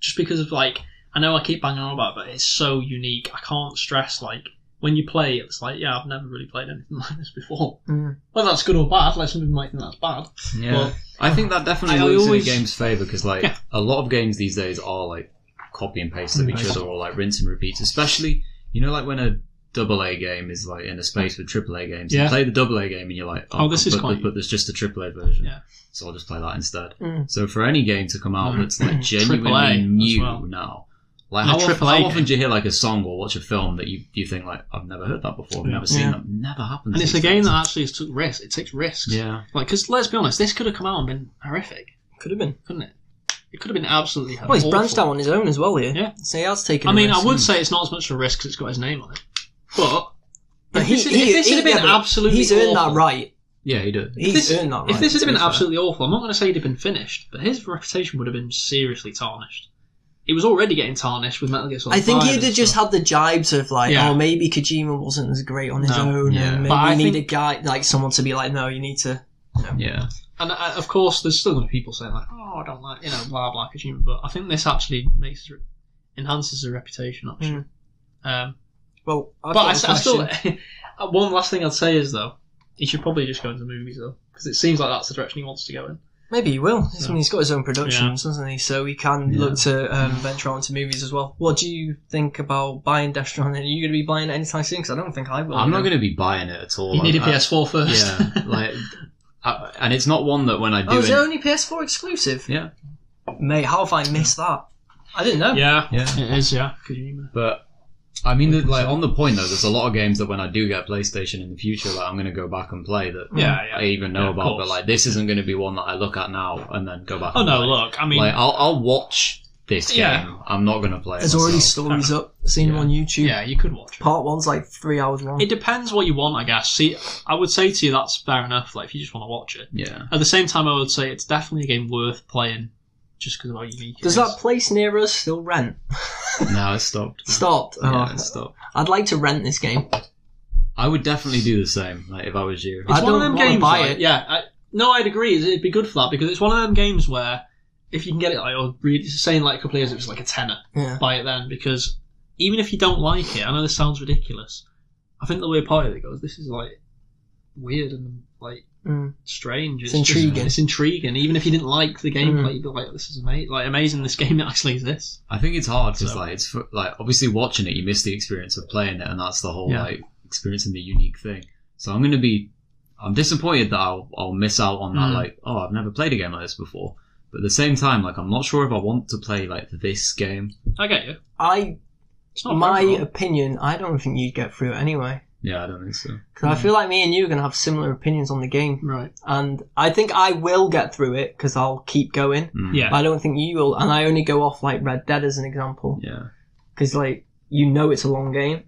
Speaker 2: Just because of like, I know I keep banging on about, it, but it's so unique. I can't stress like when you play, it's like, yeah, I've never really played anything [LAUGHS] like this before.
Speaker 1: Mm.
Speaker 2: Whether that's good or bad, like some people might think that's bad.
Speaker 3: Yeah,
Speaker 2: Well,
Speaker 3: I think that definitely
Speaker 2: I- I
Speaker 3: works
Speaker 2: always-
Speaker 3: in a game's favor because like
Speaker 2: Yeah.
Speaker 3: a lot of games these days are like copy and paste of each
Speaker 1: Nice.
Speaker 3: other or like rinse and repeat. Especially you know like when a double A game is like in a space with triple A games.
Speaker 2: Yeah.
Speaker 3: You play the double A game and you're like, oh,
Speaker 2: Oh, this
Speaker 3: but,
Speaker 2: is quite-
Speaker 3: but there's just a triple A version.
Speaker 2: Yeah.
Speaker 3: So I'll just play that instead.
Speaker 1: Mm.
Speaker 3: So for any game to come out
Speaker 2: Mm. [CLEARS THROAT]
Speaker 3: that's like
Speaker 2: AAA
Speaker 3: genuinely
Speaker 2: as
Speaker 3: new
Speaker 2: well.
Speaker 3: now. Like
Speaker 2: And a
Speaker 3: how, of-
Speaker 2: AAA
Speaker 3: how often
Speaker 2: game.
Speaker 3: do you hear like a song or watch a film that you, you think like I've never heard that before, I've
Speaker 2: Yeah.
Speaker 3: never seen
Speaker 1: Yeah.
Speaker 3: that, never happens.
Speaker 2: And it's a
Speaker 3: these
Speaker 2: game
Speaker 3: days.
Speaker 2: that actually has took risks. It takes risks.
Speaker 3: yeah,
Speaker 2: Like, because let's be honest, this could have come out and been horrific,
Speaker 1: Could have been.
Speaker 2: couldn't it? It could have been absolutely horrific.
Speaker 1: Well, he's branched out on his own as well here.
Speaker 2: Yeah.
Speaker 1: So he has taken.
Speaker 2: I mean,
Speaker 1: a
Speaker 2: I
Speaker 1: risk.
Speaker 2: would say it's not as much of a risk 'cause it's got his name on it. But,
Speaker 1: But
Speaker 2: if
Speaker 1: he,
Speaker 2: this, had-
Speaker 1: he,
Speaker 2: if this
Speaker 1: he-
Speaker 2: had been
Speaker 1: yeah, but
Speaker 2: absolutely
Speaker 1: he's
Speaker 2: awful,
Speaker 1: earned that right.
Speaker 3: yeah, you do.
Speaker 1: He's
Speaker 2: this-
Speaker 1: earned that right.
Speaker 2: If this had
Speaker 3: to
Speaker 2: been
Speaker 3: be fair.
Speaker 2: absolutely awful, I'm not going to say he'd have been finished, but his reputation would have been seriously tarnished. He was already getting tarnished with Metal Gear Solid.
Speaker 1: I think
Speaker 2: 5
Speaker 1: he'd
Speaker 2: and
Speaker 1: have just
Speaker 2: stuff.
Speaker 1: had the jibes of like,
Speaker 2: Yeah.
Speaker 1: oh, maybe Kojima wasn't as great on his
Speaker 2: No.
Speaker 1: own,
Speaker 3: Yeah.
Speaker 1: and maybe
Speaker 2: But I
Speaker 1: you need
Speaker 2: think-
Speaker 1: a guy like someone to be like, no, you need to.
Speaker 3: Yeah.
Speaker 2: And uh, of course, there's still going to be people saying like, "Oh, I don't like," you know, blah blah Kojima. But I think this actually makes it- enhances the reputation actually. Um,
Speaker 1: Well, Hmm. I've
Speaker 2: but I,
Speaker 1: got a
Speaker 2: s- I still, Uh,
Speaker 1: question.
Speaker 2: [LAUGHS] one last thing I'd say is though, he should probably just go into movies though, because it seems like that's the direction he wants to go in.
Speaker 1: maybe he will. I
Speaker 2: Yeah.
Speaker 1: mean, he's got his own productions, hasn't he? So he can
Speaker 3: Yeah.
Speaker 1: look to um, venture out into movies as well. What do you think about buying Death Stranding? Are you going to be buying it anytime soon? Because I don't think I will.
Speaker 3: I'm not going to be buying it at all.
Speaker 2: You
Speaker 3: I'm-
Speaker 2: need a
Speaker 3: I-
Speaker 2: PS4 first.
Speaker 3: Yeah,
Speaker 2: [LAUGHS]
Speaker 3: like, I, and it's not one that when I do
Speaker 1: Oh, is
Speaker 3: it,
Speaker 1: it only PS4 exclusive?
Speaker 3: Yeah.
Speaker 1: Mate, how have I missed that? I didn't know.
Speaker 2: yeah,
Speaker 3: yeah.
Speaker 2: it is. Yeah, Kojima.
Speaker 3: But I mean, that, like on the point though, there's a lot of games that when I do get PlayStation in the future, that I'm going to go back and play that
Speaker 2: Yeah,
Speaker 3: I even know
Speaker 2: Yeah, of
Speaker 3: about. But
Speaker 2: course.
Speaker 3: like, this isn't going to be one that I look at now and then go back.
Speaker 2: Oh
Speaker 3: and
Speaker 2: no,
Speaker 3: play.
Speaker 2: look, I mean,
Speaker 3: like I'll, I'll watch this game.
Speaker 2: Yeah.
Speaker 3: I'm not going to play. it
Speaker 1: There's already
Speaker 3: myself.
Speaker 1: stories up. Seen them
Speaker 3: Yeah.
Speaker 1: on YouTube.
Speaker 2: yeah, you could watch. It.
Speaker 1: Part one's like three hours long.
Speaker 2: it depends what you want, I guess. See, I would say to you that's fair enough. Like if you just want to watch it.
Speaker 3: Yeah.
Speaker 2: At the same time, I would say it's definitely a game worth playing, just because of how unique. it
Speaker 1: Does
Speaker 2: is. Mm.
Speaker 1: that place near us still rent?
Speaker 3: No, it stopped.
Speaker 1: Stopped. [LAUGHS] Oh,
Speaker 3: Yeah, it stopped.
Speaker 1: I'd like to rent this game.
Speaker 3: I would definitely do the same. Like if I was you.
Speaker 1: I
Speaker 2: It's one of
Speaker 1: don't
Speaker 2: them
Speaker 1: wanna
Speaker 2: games.
Speaker 1: buy
Speaker 2: like-
Speaker 1: it.
Speaker 2: Yeah, I, no, I'd agree. It'd be good for that because it's one of them games where if you can get it, like, or really it's saying like a couple of years, it was like a tenner.
Speaker 1: Yeah.
Speaker 2: Buy it then because even if you don't like it, I know this sounds ridiculous. I think the way part of it goes, this is like weird and like
Speaker 1: Mm.
Speaker 2: strange.
Speaker 1: It's
Speaker 2: just-
Speaker 1: intriguing.
Speaker 2: it's intriguing. Even if you didn't like the gameplay,
Speaker 1: Mm.
Speaker 2: you'd be like, "This is amazing! Like amazing! This [LAUGHS] game actually exists."
Speaker 3: I think it's hard because
Speaker 2: So-
Speaker 3: like it's for, like obviously watching it, you miss the experience of playing it, and that's the whole
Speaker 2: Yeah.
Speaker 3: like experiencing the unique thing. So I'm gonna be, I'm disappointed that I'll I'll miss out on that.
Speaker 2: Mm.
Speaker 3: Like, oh, I've never played a game like this before. But at the same time, like I'm not sure if I want to play like this game.
Speaker 2: I get you.
Speaker 1: I,
Speaker 2: It's not
Speaker 1: my
Speaker 2: bad at all.
Speaker 1: opinion, I don't think you'd get through it anyway.
Speaker 3: Yeah, I don't think so.
Speaker 1: Because I
Speaker 2: Mm.
Speaker 1: feel like me and you are going to have similar opinions on the game.
Speaker 2: right.
Speaker 1: And I think I will get through it because I'll keep going.
Speaker 3: Mm.
Speaker 2: Yeah.
Speaker 1: I don't think you will. And I only go off like Red Dead as an example.
Speaker 3: yeah.
Speaker 1: Because, like, you know it's a long game.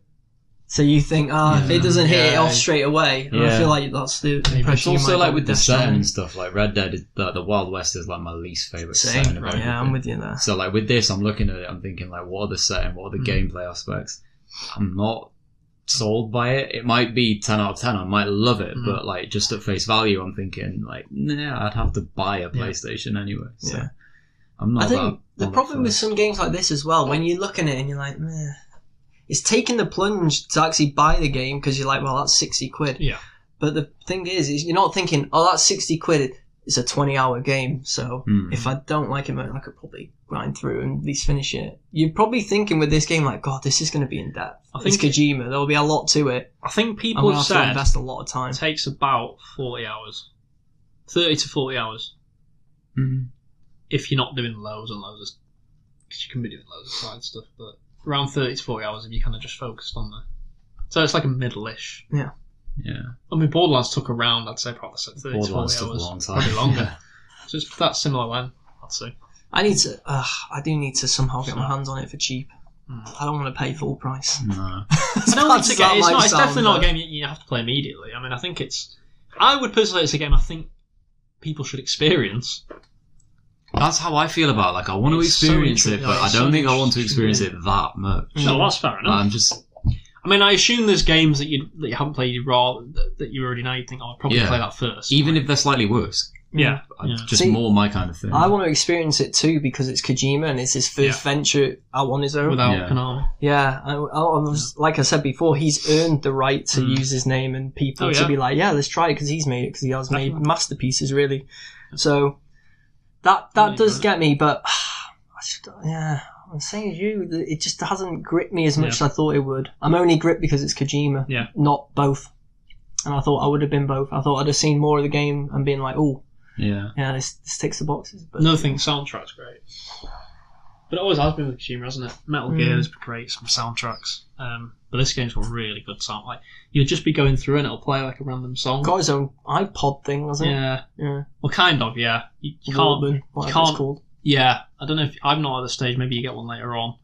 Speaker 1: So you think, ah, if
Speaker 2: Yeah.
Speaker 1: it doesn't hit it
Speaker 2: Yeah.
Speaker 1: off straight away, and I
Speaker 3: Yeah.
Speaker 1: feel like that's the
Speaker 2: Maybe.
Speaker 1: impression
Speaker 3: It's
Speaker 1: you
Speaker 3: also
Speaker 1: might
Speaker 3: like
Speaker 1: get
Speaker 3: with the
Speaker 1: Death
Speaker 3: setting
Speaker 1: Stranding.
Speaker 3: and stuff. Like Red Dead, is- the, the Wild West is like my least favorite
Speaker 1: Same,
Speaker 3: setting. of
Speaker 2: right.
Speaker 1: Yeah, I'm
Speaker 3: everything.
Speaker 1: with you there.
Speaker 3: So
Speaker 1: Hmm.
Speaker 3: like with this, I'm looking at it, I'm thinking like, what are the setting, what are the
Speaker 2: Mm.
Speaker 3: gameplay aspects? I'm not sold by it. It might be ten out of ten. I might love it,
Speaker 1: Hmm.
Speaker 2: Mhm.
Speaker 3: but like just at face value, I'm thinking like, nah, I'd have to buy a
Speaker 2: Yeah.
Speaker 3: PlayStation anyway. So
Speaker 1: Yeah.
Speaker 3: I'm not.
Speaker 1: I think the
Speaker 3: that, not that
Speaker 1: problem with
Speaker 3: fussed.
Speaker 1: some games like this as well, when you look at it and you're like, meh, it's taking the plunge to actually buy the game because you're like, well, that's 60 quid.
Speaker 2: Yeah.
Speaker 1: But the thing is, is you're not thinking, oh, that's 60 quid. It's a 20 hour game. So
Speaker 3: Hmm.
Speaker 1: if I don't like it, man, I could probably grind through and at least finish it. You're probably thinking with this game, like, God, this is going to be in depth.
Speaker 2: I
Speaker 1: It's
Speaker 2: think-
Speaker 1: Kojima. There'll be a lot to it.
Speaker 2: I think
Speaker 1: I'm
Speaker 2: people
Speaker 1: going to
Speaker 2: have
Speaker 1: have to
Speaker 2: said
Speaker 1: invest a lot of time.
Speaker 2: it takes about 40 hours. 30 to 40 hours
Speaker 3: Hmm.
Speaker 2: if you're not doing loads and loads of... Because you can be doing loads of side stuff, but around 30 to 40 hours if you kind of just focused on that. So it's like a middle-ish.
Speaker 3: yeah,
Speaker 2: I mean, Borderlands took around, I'd say, probably 30 to 40
Speaker 3: Borderlands
Speaker 2: hours.
Speaker 3: took a long time.
Speaker 2: Probably longer.
Speaker 3: [LAUGHS] Yeah.
Speaker 2: So it's that similar length, I'd say.
Speaker 1: I need to, uh, I do need to somehow get my hands on it for cheap.
Speaker 2: Mm.
Speaker 1: I don't want to pay full
Speaker 2: [LAUGHS]
Speaker 1: price.
Speaker 3: No.
Speaker 1: As
Speaker 2: I don't
Speaker 1: bad [LAUGHS]
Speaker 2: think it's,
Speaker 1: as
Speaker 2: a ga-
Speaker 1: that
Speaker 2: it's,
Speaker 1: might
Speaker 2: not, it's
Speaker 1: sound,
Speaker 2: definitely not
Speaker 1: though.
Speaker 2: a game you, you have to play immediately. I mean, I think it's. I would personally, it's a game I think people should experience.
Speaker 3: That's how I feel about it. like I want to
Speaker 2: It's so
Speaker 3: experience it,
Speaker 2: interesting,
Speaker 3: but
Speaker 2: like,
Speaker 3: I
Speaker 2: it's
Speaker 3: don't
Speaker 2: so
Speaker 3: think I want to
Speaker 2: interesting,
Speaker 3: experience it that much.
Speaker 1: No.
Speaker 2: No, that's fair enough.
Speaker 3: I'm just
Speaker 2: I mean, I assume there's games that you that you haven't played raw that, that you already know. You think, oh, I'll probably
Speaker 3: Yeah.
Speaker 2: play that first.
Speaker 1: E-
Speaker 3: even if they're slightly worse,
Speaker 2: yeah,
Speaker 3: I-
Speaker 2: yeah.
Speaker 3: just
Speaker 1: See,
Speaker 3: more my kind of thing.
Speaker 1: I want to experience it too because it's Kojima and it's his first venture out on his own.
Speaker 2: without
Speaker 3: Yeah.
Speaker 2: Konami.
Speaker 1: yeah, I, I was, like I said before, he's earned the right to
Speaker 2: Mm.
Speaker 1: use his name and people
Speaker 2: Oh,
Speaker 1: to
Speaker 2: yeah.
Speaker 1: be like, yeah, let's try it because he's made it because he has made
Speaker 2: Definitely.
Speaker 1: masterpieces really. So that that
Speaker 2: Yeah,
Speaker 1: does
Speaker 2: right.
Speaker 1: get me, but [SIGHS] I just, yeah, I'm saying as you, that it just hasn't gripped me as much
Speaker 2: Yeah.
Speaker 1: as I thought it would. I'm only gripped because it's Kojima,
Speaker 2: Yeah.
Speaker 1: not both. And I thought I would have been both. I thought I'd have seen more of the game and been like, oh,
Speaker 3: yeah,
Speaker 1: yeah, this, this ticks the boxes. But
Speaker 2: Another thing, soundtrack's great. But it always has been with Kojima, hasn't it? Metal
Speaker 1: Mm.
Speaker 2: Gear has been great, some soundtracks. Um, but this game's got really good sound. Like you'll just be going through and it'll play like a random song.
Speaker 1: got his own iPod thing, wasn't it?
Speaker 2: yeah.
Speaker 1: Yeah.
Speaker 2: Well, kind of. Yeah. You, you can't.
Speaker 1: Walkman, whatever
Speaker 2: can't-
Speaker 1: it's called.
Speaker 2: Yeah, I don't know if I'm not at the stage. Maybe you get one later on,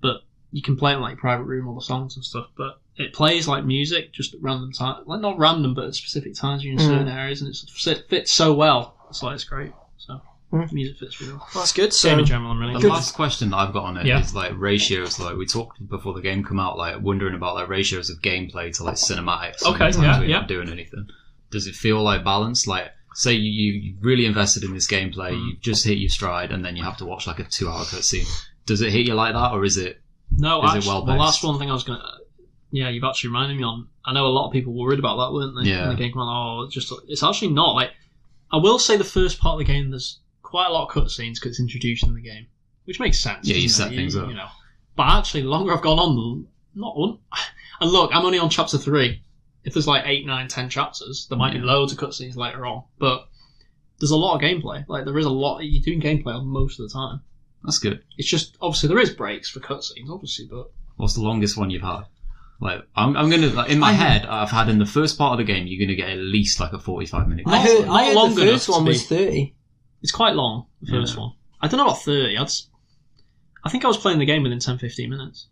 Speaker 2: but you can play it in like private room, all the songs and stuff. But it plays like music, just at random time, like not random, but at specific times in
Speaker 1: Mm.
Speaker 2: certain areas, and it's, it fits so well. It's like it's great. So
Speaker 1: Mm.
Speaker 2: music fits really well.
Speaker 1: Well, that's good.
Speaker 2: So, Same
Speaker 1: So
Speaker 2: in general, I'm really
Speaker 3: The
Speaker 2: enjoying
Speaker 3: last question that I've got on it is
Speaker 2: Yeah.
Speaker 3: like ratios. Like we talked before the game come out, like wondering about like ratios of gameplay to like cinematics. and
Speaker 2: Okay,
Speaker 3: times
Speaker 2: yeah,
Speaker 3: we're
Speaker 2: yeah.
Speaker 3: Not doing anything. Does it feel like balanced? Like say you you you really invested in this gameplay,
Speaker 2: Mm.
Speaker 3: you've just hit your stride, and then you have to watch like a two hour cutscene. Does it hit you like that, or is it?
Speaker 2: No,
Speaker 3: Is it
Speaker 2: actually,
Speaker 3: well
Speaker 2: well, that's
Speaker 3: based?
Speaker 2: one thing I was going to. Yeah, you've actually reminded me on. I know a lot of people were worried about that, weren't they?
Speaker 3: Yeah.
Speaker 2: When the game came out, oh, it's just it's actually not like. I will say the first part of the game, there's quite a lot of cutscenes because it's introducing the game, which makes sense.
Speaker 3: Yeah, you
Speaker 2: doesn't
Speaker 3: set
Speaker 2: it?
Speaker 3: things up.
Speaker 2: You know, but actually, the longer I've gone on, the- not one. [LAUGHS] And look, I'm only on chapter three. If there's like eight, nine, ten chapters, there might be
Speaker 3: Yeah.
Speaker 2: loads of cutscenes later on, but there's a lot of gameplay. Like there is a lot you're doing gameplay on most of the time.
Speaker 3: That's good.
Speaker 2: It's just obviously there is breaks for cutscenes, obviously, but
Speaker 3: What's the longest one you've had? Like I'm, I'm gonna like, in my
Speaker 1: I-
Speaker 3: head, I've had in the first part of the game, you're gonna get at least like a forty five minute.
Speaker 1: I
Speaker 2: Not-
Speaker 1: heard,
Speaker 2: not
Speaker 1: I heard
Speaker 2: long
Speaker 1: the
Speaker 2: enough
Speaker 1: first
Speaker 2: to
Speaker 1: one
Speaker 2: be-
Speaker 1: was thirty.
Speaker 2: It's quite long, the first
Speaker 3: Yeah.
Speaker 2: one. I don't know about 30. I'd, s- I think I was playing the game within 10, 15 minutes.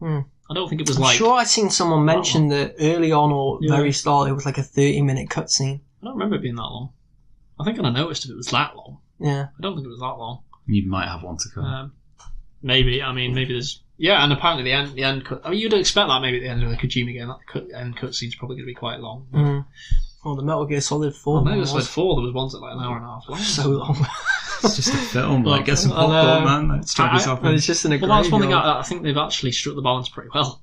Speaker 1: Hmm.
Speaker 2: I don't think it was
Speaker 1: I'm
Speaker 2: like.
Speaker 1: sure I'd seen someone mention that early on or
Speaker 2: Yeah.
Speaker 1: very start it was like a thirty-minute cutscene.
Speaker 2: I don't remember it being that long. I think I noticed if it was that long.
Speaker 1: Yeah,
Speaker 2: I don't think it was that long.
Speaker 3: You might have one to come.
Speaker 2: Um, maybe. I mean, maybe there's. Yeah, and apparently the end. The end cut, I mean, you'd expect that maybe at the end of the Kojima game. That cut, end cutscene's probably going to be quite long.
Speaker 1: mm. well, the Metal Gear Solid Four
Speaker 2: Well, maybe
Speaker 1: one
Speaker 2: it was like
Speaker 1: was
Speaker 2: four. There was ones at like an hour and a half long.
Speaker 1: [LAUGHS] so long.
Speaker 2: [LAUGHS]
Speaker 3: It's just a film.
Speaker 2: Well, um,
Speaker 3: Like get some
Speaker 1: I know.
Speaker 3: popcorn, man. Like, strap
Speaker 2: I- I-
Speaker 3: yourself
Speaker 1: But
Speaker 3: in.
Speaker 1: it's just an
Speaker 2: Well, that's one thing
Speaker 1: agreement.
Speaker 2: I, I think they've actually struck the balance pretty well.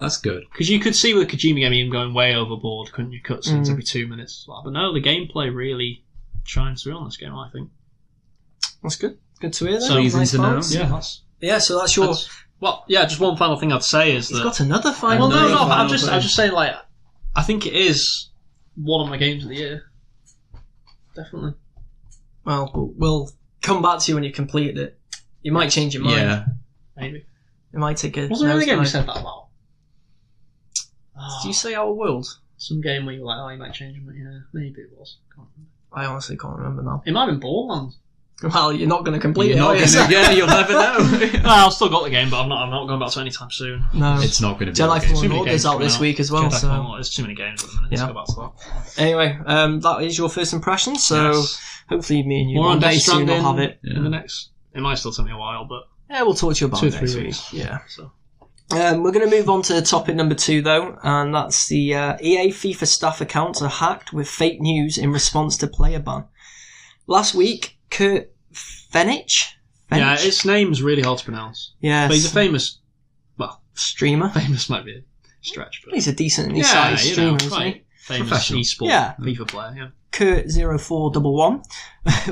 Speaker 3: That's good.
Speaker 2: Because you could see with Kojima game him going way overboard, couldn't you? Cutscenes
Speaker 1: Mm.
Speaker 2: every two minutes. But no, the gameplay really shines through on this game, I think. uh,
Speaker 1: That's good. Good to hear. Then.
Speaker 2: So
Speaker 3: easy to know.
Speaker 1: thoughts.
Speaker 2: Yeah, that's,
Speaker 1: Yeah, So that's your.
Speaker 2: that's- well, yeah. Just one final thing I'd say is
Speaker 1: He's
Speaker 2: that.
Speaker 1: got another final.
Speaker 2: well, no,
Speaker 1: thing.
Speaker 2: no. But I'm
Speaker 4: final
Speaker 2: just,
Speaker 4: thing.
Speaker 2: I'm just saying, like, I think it is one of my games of the year. Definitely.
Speaker 1: Well, we'll- we'll come back to you when you complete it. You might change your mind.
Speaker 4: Yeah.
Speaker 2: Maybe.
Speaker 1: It might take a.
Speaker 2: Was there another game you
Speaker 1: nosedive.
Speaker 2: said that about? Oh,
Speaker 1: Did you say Our World?
Speaker 2: some game where you were like, oh, you might change it. Yeah, maybe it was. Can't remember.
Speaker 1: I honestly can't remember now. [LAUGHS]
Speaker 2: It might have been Borderlands.
Speaker 1: Well, you're not going to complete
Speaker 3: You're
Speaker 1: it.
Speaker 3: not
Speaker 1: are you?
Speaker 3: gonna, yeah, you'll never know.
Speaker 2: [LAUGHS] no, I've still got the game, but I'm not. I'm not going back to it anytime soon.
Speaker 1: [LAUGHS] No.
Speaker 3: it's not going to be.
Speaker 1: Jedi
Speaker 3: okay.
Speaker 1: Fallen
Speaker 2: many
Speaker 1: Order
Speaker 2: games
Speaker 1: is out
Speaker 2: coming
Speaker 1: this
Speaker 2: out.
Speaker 1: week as well.
Speaker 2: Jedi
Speaker 1: so
Speaker 2: Fallen Order. There's too many games at the minute.
Speaker 1: Yeah.
Speaker 2: Let's go back to that.
Speaker 1: anyway, um, that is your first impression. So
Speaker 2: Yes.
Speaker 1: hopefully, me and you
Speaker 2: More
Speaker 1: one
Speaker 2: on
Speaker 1: day
Speaker 2: Death
Speaker 1: soon will
Speaker 2: Stranding
Speaker 1: have it.
Speaker 2: in the next. It might still take me a while, but
Speaker 1: Yeah, we'll talk to you about
Speaker 2: two or
Speaker 1: it
Speaker 2: three
Speaker 1: next week.
Speaker 2: weeks.
Speaker 1: Yeah.
Speaker 2: So
Speaker 1: Um, we're going to move on to topic number two, though, and that's the uh, EA FIFA staff accounts are hacked with fake news in response to player ban. Last week, Kurt Fenich, Fenich?
Speaker 2: Yeah, his name's really hard to pronounce.
Speaker 1: Yes,
Speaker 2: But he's a famous, well,
Speaker 1: streamer.
Speaker 2: famous might be a stretch, but
Speaker 1: He's a decently
Speaker 2: yeah,
Speaker 1: sized
Speaker 2: you
Speaker 1: streamer,
Speaker 2: know,
Speaker 1: isn't he?
Speaker 2: quite famous
Speaker 4: Professional.
Speaker 2: esport
Speaker 1: Yeah.
Speaker 2: FIFA player. Yeah.
Speaker 1: Kurt0411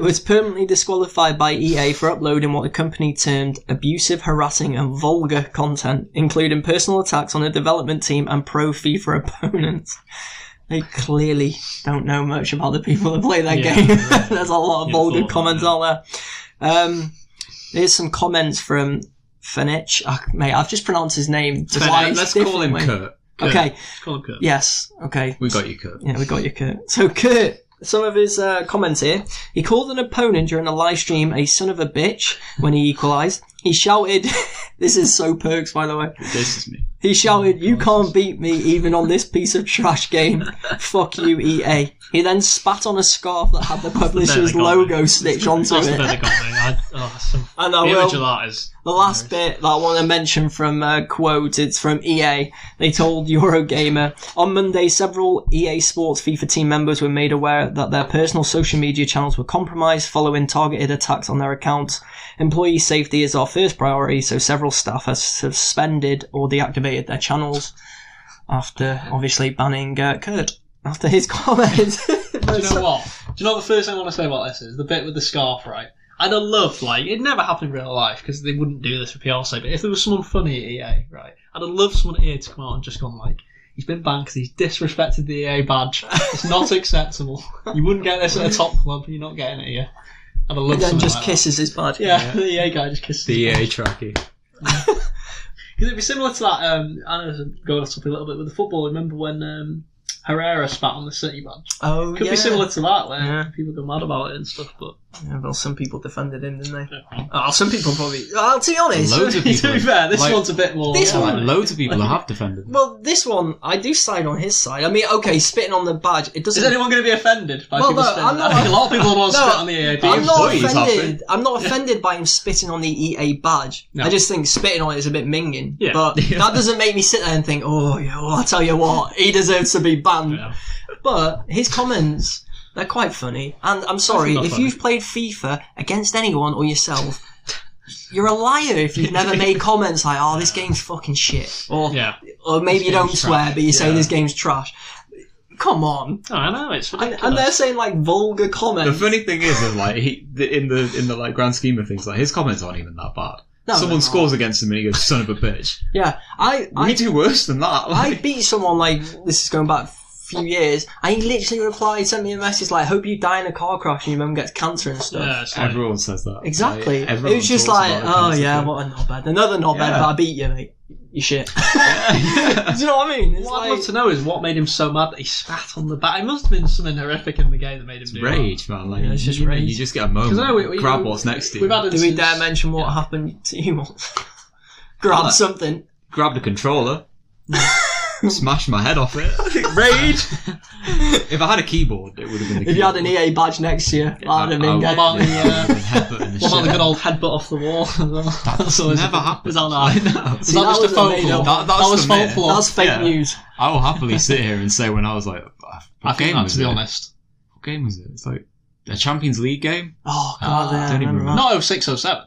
Speaker 1: [LAUGHS] was permanently disqualified by EA for uploading what the company termed abusive, harassing, and vulgar content, including personal attacks on the development team and pro FIFA opponents. They clearly don't know much about the people that play that
Speaker 2: Yeah,
Speaker 1: game. [LAUGHS]
Speaker 2: yeah.
Speaker 1: There's a lot of
Speaker 2: You'd
Speaker 1: vulgar
Speaker 2: thought that,
Speaker 1: comments
Speaker 2: yeah.
Speaker 1: out there. Um, here's some comments from Fenich. Ah, mate, I've just pronounced his name twice.
Speaker 4: Let's call him
Speaker 1: differently.
Speaker 4: Kurt.
Speaker 2: Kurt.
Speaker 1: Okay,
Speaker 2: Let's call him Kurt.
Speaker 1: yes, okay.
Speaker 4: We got you, Kurt.
Speaker 1: Yeah, we got you, Kurt. So, Kurt, some of his uh, comments here. He called an opponent during a live stream a son of a bitch when he equalised. He shouted, [LAUGHS] This is so perks, by the way.
Speaker 3: This is
Speaker 2: [LAUGHS]
Speaker 3: me.
Speaker 1: He shouted, You can't beat me even on this piece of trash game. Fuck you, EA. He then spat on a scarf that
Speaker 2: [LAUGHS]
Speaker 1: had the publisher's
Speaker 2: That's the bit I can't
Speaker 1: logo stitched onto
Speaker 2: [LAUGHS] That's the
Speaker 1: it.
Speaker 2: better comment. I, oh, some,
Speaker 1: And I
Speaker 2: the
Speaker 1: will
Speaker 2: image of that is
Speaker 1: the last bit that I want to mention from uh, quote, it's from EA. They told Eurogamer on Monday, several EA Sports FIFA team members were made aware that their personal social media channels were compromised following targeted attacks on their accounts. Employee safety is our first priority, so several staff have suspended or deactivated their channels after obviously banning uh, Kurt after his [LAUGHS] comments.
Speaker 2: Do you know what? Do you know what the first thing I want to say about this is? The bit with the scarf, right? I'd have loved, like, it never happened in real life because they wouldn't do this for PR's sake, but if there was someone funny at EA, right? I'd have loved someone at EA to come out and just gone, like, he's been banned because he's disrespected the EA badge.
Speaker 1: [LAUGHS]
Speaker 2: It's not acceptable. You wouldn't get this at a top club, you're not getting it here. I'd have loved
Speaker 1: then
Speaker 2: someone
Speaker 1: just
Speaker 2: like that.
Speaker 1: kisses his bud.
Speaker 2: Yeah, [LAUGHS] the EA guy just kisses
Speaker 1: E
Speaker 4: The EA trackie.
Speaker 2: Because it'd be similar to that, um, I know this is going off topic a little bit with the football. Remember when um, Herrera spat on the City badge?
Speaker 1: Oh,
Speaker 2: Could
Speaker 1: yeah.
Speaker 2: be similar to that, where
Speaker 1: Yeah.
Speaker 2: people go mad about it and stuff, but.
Speaker 1: Yeah, well, some people defended him, didn't they?
Speaker 2: Yeah.
Speaker 1: Oh, some people probably. Well, to be honest, [LAUGHS]
Speaker 3: Loads of
Speaker 2: to
Speaker 3: people.
Speaker 2: be fair, this
Speaker 3: like,
Speaker 2: one's a bit more.
Speaker 1: This
Speaker 2: yeah,
Speaker 1: one-
Speaker 3: like, loads of people have defended.
Speaker 2: [LAUGHS]
Speaker 3: them.
Speaker 1: well, this one I do side on his side. I mean, okay, spitting on the badge, it doesn't.
Speaker 2: Is anyone going to be offended by
Speaker 1: Well,
Speaker 2: people
Speaker 1: no,
Speaker 2: spitting?
Speaker 1: I'm not-
Speaker 2: I think a lot of people don't want to
Speaker 1: No,
Speaker 2: spit on the EA
Speaker 1: I'm
Speaker 2: badge.
Speaker 1: not
Speaker 4: employees have
Speaker 1: offended. I'm not offended by him spitting on the EA badge.
Speaker 2: No.
Speaker 1: I just think spitting on it is a bit minging.
Speaker 2: [LAUGHS] Yeah.
Speaker 1: But that doesn't make me sit there and think, oh, yeah, well, I tell you what, he deserves to be banned.
Speaker 2: Yeah.
Speaker 1: But his comments, they're quite funny. And I'm sorry,
Speaker 2: not
Speaker 1: if
Speaker 2: funny.
Speaker 1: you've played FIFA against anyone or yourself, you're a liar if you've never made comments like, oh, this game's fucking shit. Or
Speaker 2: Yeah.
Speaker 1: or maybe
Speaker 2: This
Speaker 1: you don't
Speaker 2: game's
Speaker 1: swear,
Speaker 2: trash.
Speaker 1: but you say
Speaker 2: Yeah.
Speaker 1: this game's trash. Come on,
Speaker 2: Oh, [LAUGHS] I know, it's
Speaker 1: and,
Speaker 2: ridiculous.
Speaker 1: and they're saying like vulgar
Speaker 4: The
Speaker 1: comments.
Speaker 4: funny thing is, is like he the, in the in the like grand scheme of things, like his comments aren't even that bad.
Speaker 1: No, they're
Speaker 4: Someone
Speaker 1: not.
Speaker 4: scores against him and he goes, "Son of a
Speaker 1: [LAUGHS]
Speaker 4: bitch."
Speaker 1: Yeah, I
Speaker 4: We
Speaker 1: I,
Speaker 4: do worse than that.
Speaker 1: I
Speaker 4: Like,
Speaker 1: beat someone like this is going back a few years, and he literally replied, sent me a message like, "Hope you die in a car crash and your mum gets cancer and stuff."
Speaker 2: Yeah, it's
Speaker 4: [LAUGHS]
Speaker 2: like,
Speaker 4: everyone says that.
Speaker 1: Exactly.
Speaker 4: Like,
Speaker 1: it
Speaker 4: everyone
Speaker 1: was just
Speaker 4: talks
Speaker 1: like,
Speaker 4: about that
Speaker 1: oh
Speaker 4: kind of
Speaker 1: yeah,
Speaker 4: thing.
Speaker 1: what a knobhead. Another knobhead,
Speaker 4: Yeah.
Speaker 1: but I beat you, mate. You shit. [LAUGHS]
Speaker 4: [LAUGHS] Yeah.
Speaker 1: Do you know what I mean? It's
Speaker 2: what I'd
Speaker 1: like,
Speaker 2: love to know is what made him so mad that he spat on the bat. It must have been something horrific in the game that made him
Speaker 4: It's
Speaker 2: do
Speaker 4: rage, man. Like
Speaker 1: Yeah, it's
Speaker 4: you-
Speaker 1: just
Speaker 4: you, know,
Speaker 1: rage.
Speaker 4: You just get a moment.
Speaker 2: Because I know we- we-
Speaker 4: grab
Speaker 2: we-
Speaker 4: what's next to you.
Speaker 2: We've had
Speaker 1: do we dare
Speaker 2: instances-
Speaker 1: mention what
Speaker 2: Yeah.
Speaker 1: happened to you once? [LAUGHS] Grab
Speaker 4: What?
Speaker 1: something.
Speaker 4: Grab the
Speaker 2: [LAUGHS]
Speaker 4: controller. smash my head off it.
Speaker 2: that. [LAUGHS] Rage!
Speaker 4: If I had a keyboard, it would have been. The
Speaker 1: If you had an
Speaker 4: keyboard.
Speaker 1: EA badge next year,
Speaker 4: I-
Speaker 1: I'd have been
Speaker 4: I-
Speaker 1: going.
Speaker 2: about the,
Speaker 4: yeah, I would
Speaker 2: uh,
Speaker 4: have
Speaker 2: [LAUGHS]
Speaker 4: been headbutting the
Speaker 2: What about the
Speaker 4: shit.
Speaker 2: good old headbutt off the wall? [LAUGHS] That's always
Speaker 3: never
Speaker 2: a-
Speaker 3: happened.
Speaker 2: Was that,
Speaker 4: [LAUGHS]
Speaker 2: not- was
Speaker 4: I know.
Speaker 1: See,
Speaker 2: that
Speaker 1: that
Speaker 2: just a
Speaker 1: was a
Speaker 2: phone
Speaker 1: made-up-
Speaker 2: call?
Speaker 4: That- that's
Speaker 2: that was
Speaker 4: the
Speaker 2: phone
Speaker 4: myth.
Speaker 2: call.
Speaker 1: That's fake
Speaker 4: Yeah.
Speaker 1: news.
Speaker 3: I will happily sit here and say when I was like,
Speaker 2: [LAUGHS] I
Speaker 3: what
Speaker 2: think
Speaker 3: game
Speaker 2: that,
Speaker 3: was
Speaker 2: to be
Speaker 3: it?
Speaker 2: honest.
Speaker 3: What game was it? It's like a Champions League game,
Speaker 1: Oh god,
Speaker 3: Ah,
Speaker 1: yeah, I
Speaker 3: don't even
Speaker 1: remember that.
Speaker 3: remember.
Speaker 2: Not 0607.
Speaker 1: Oh,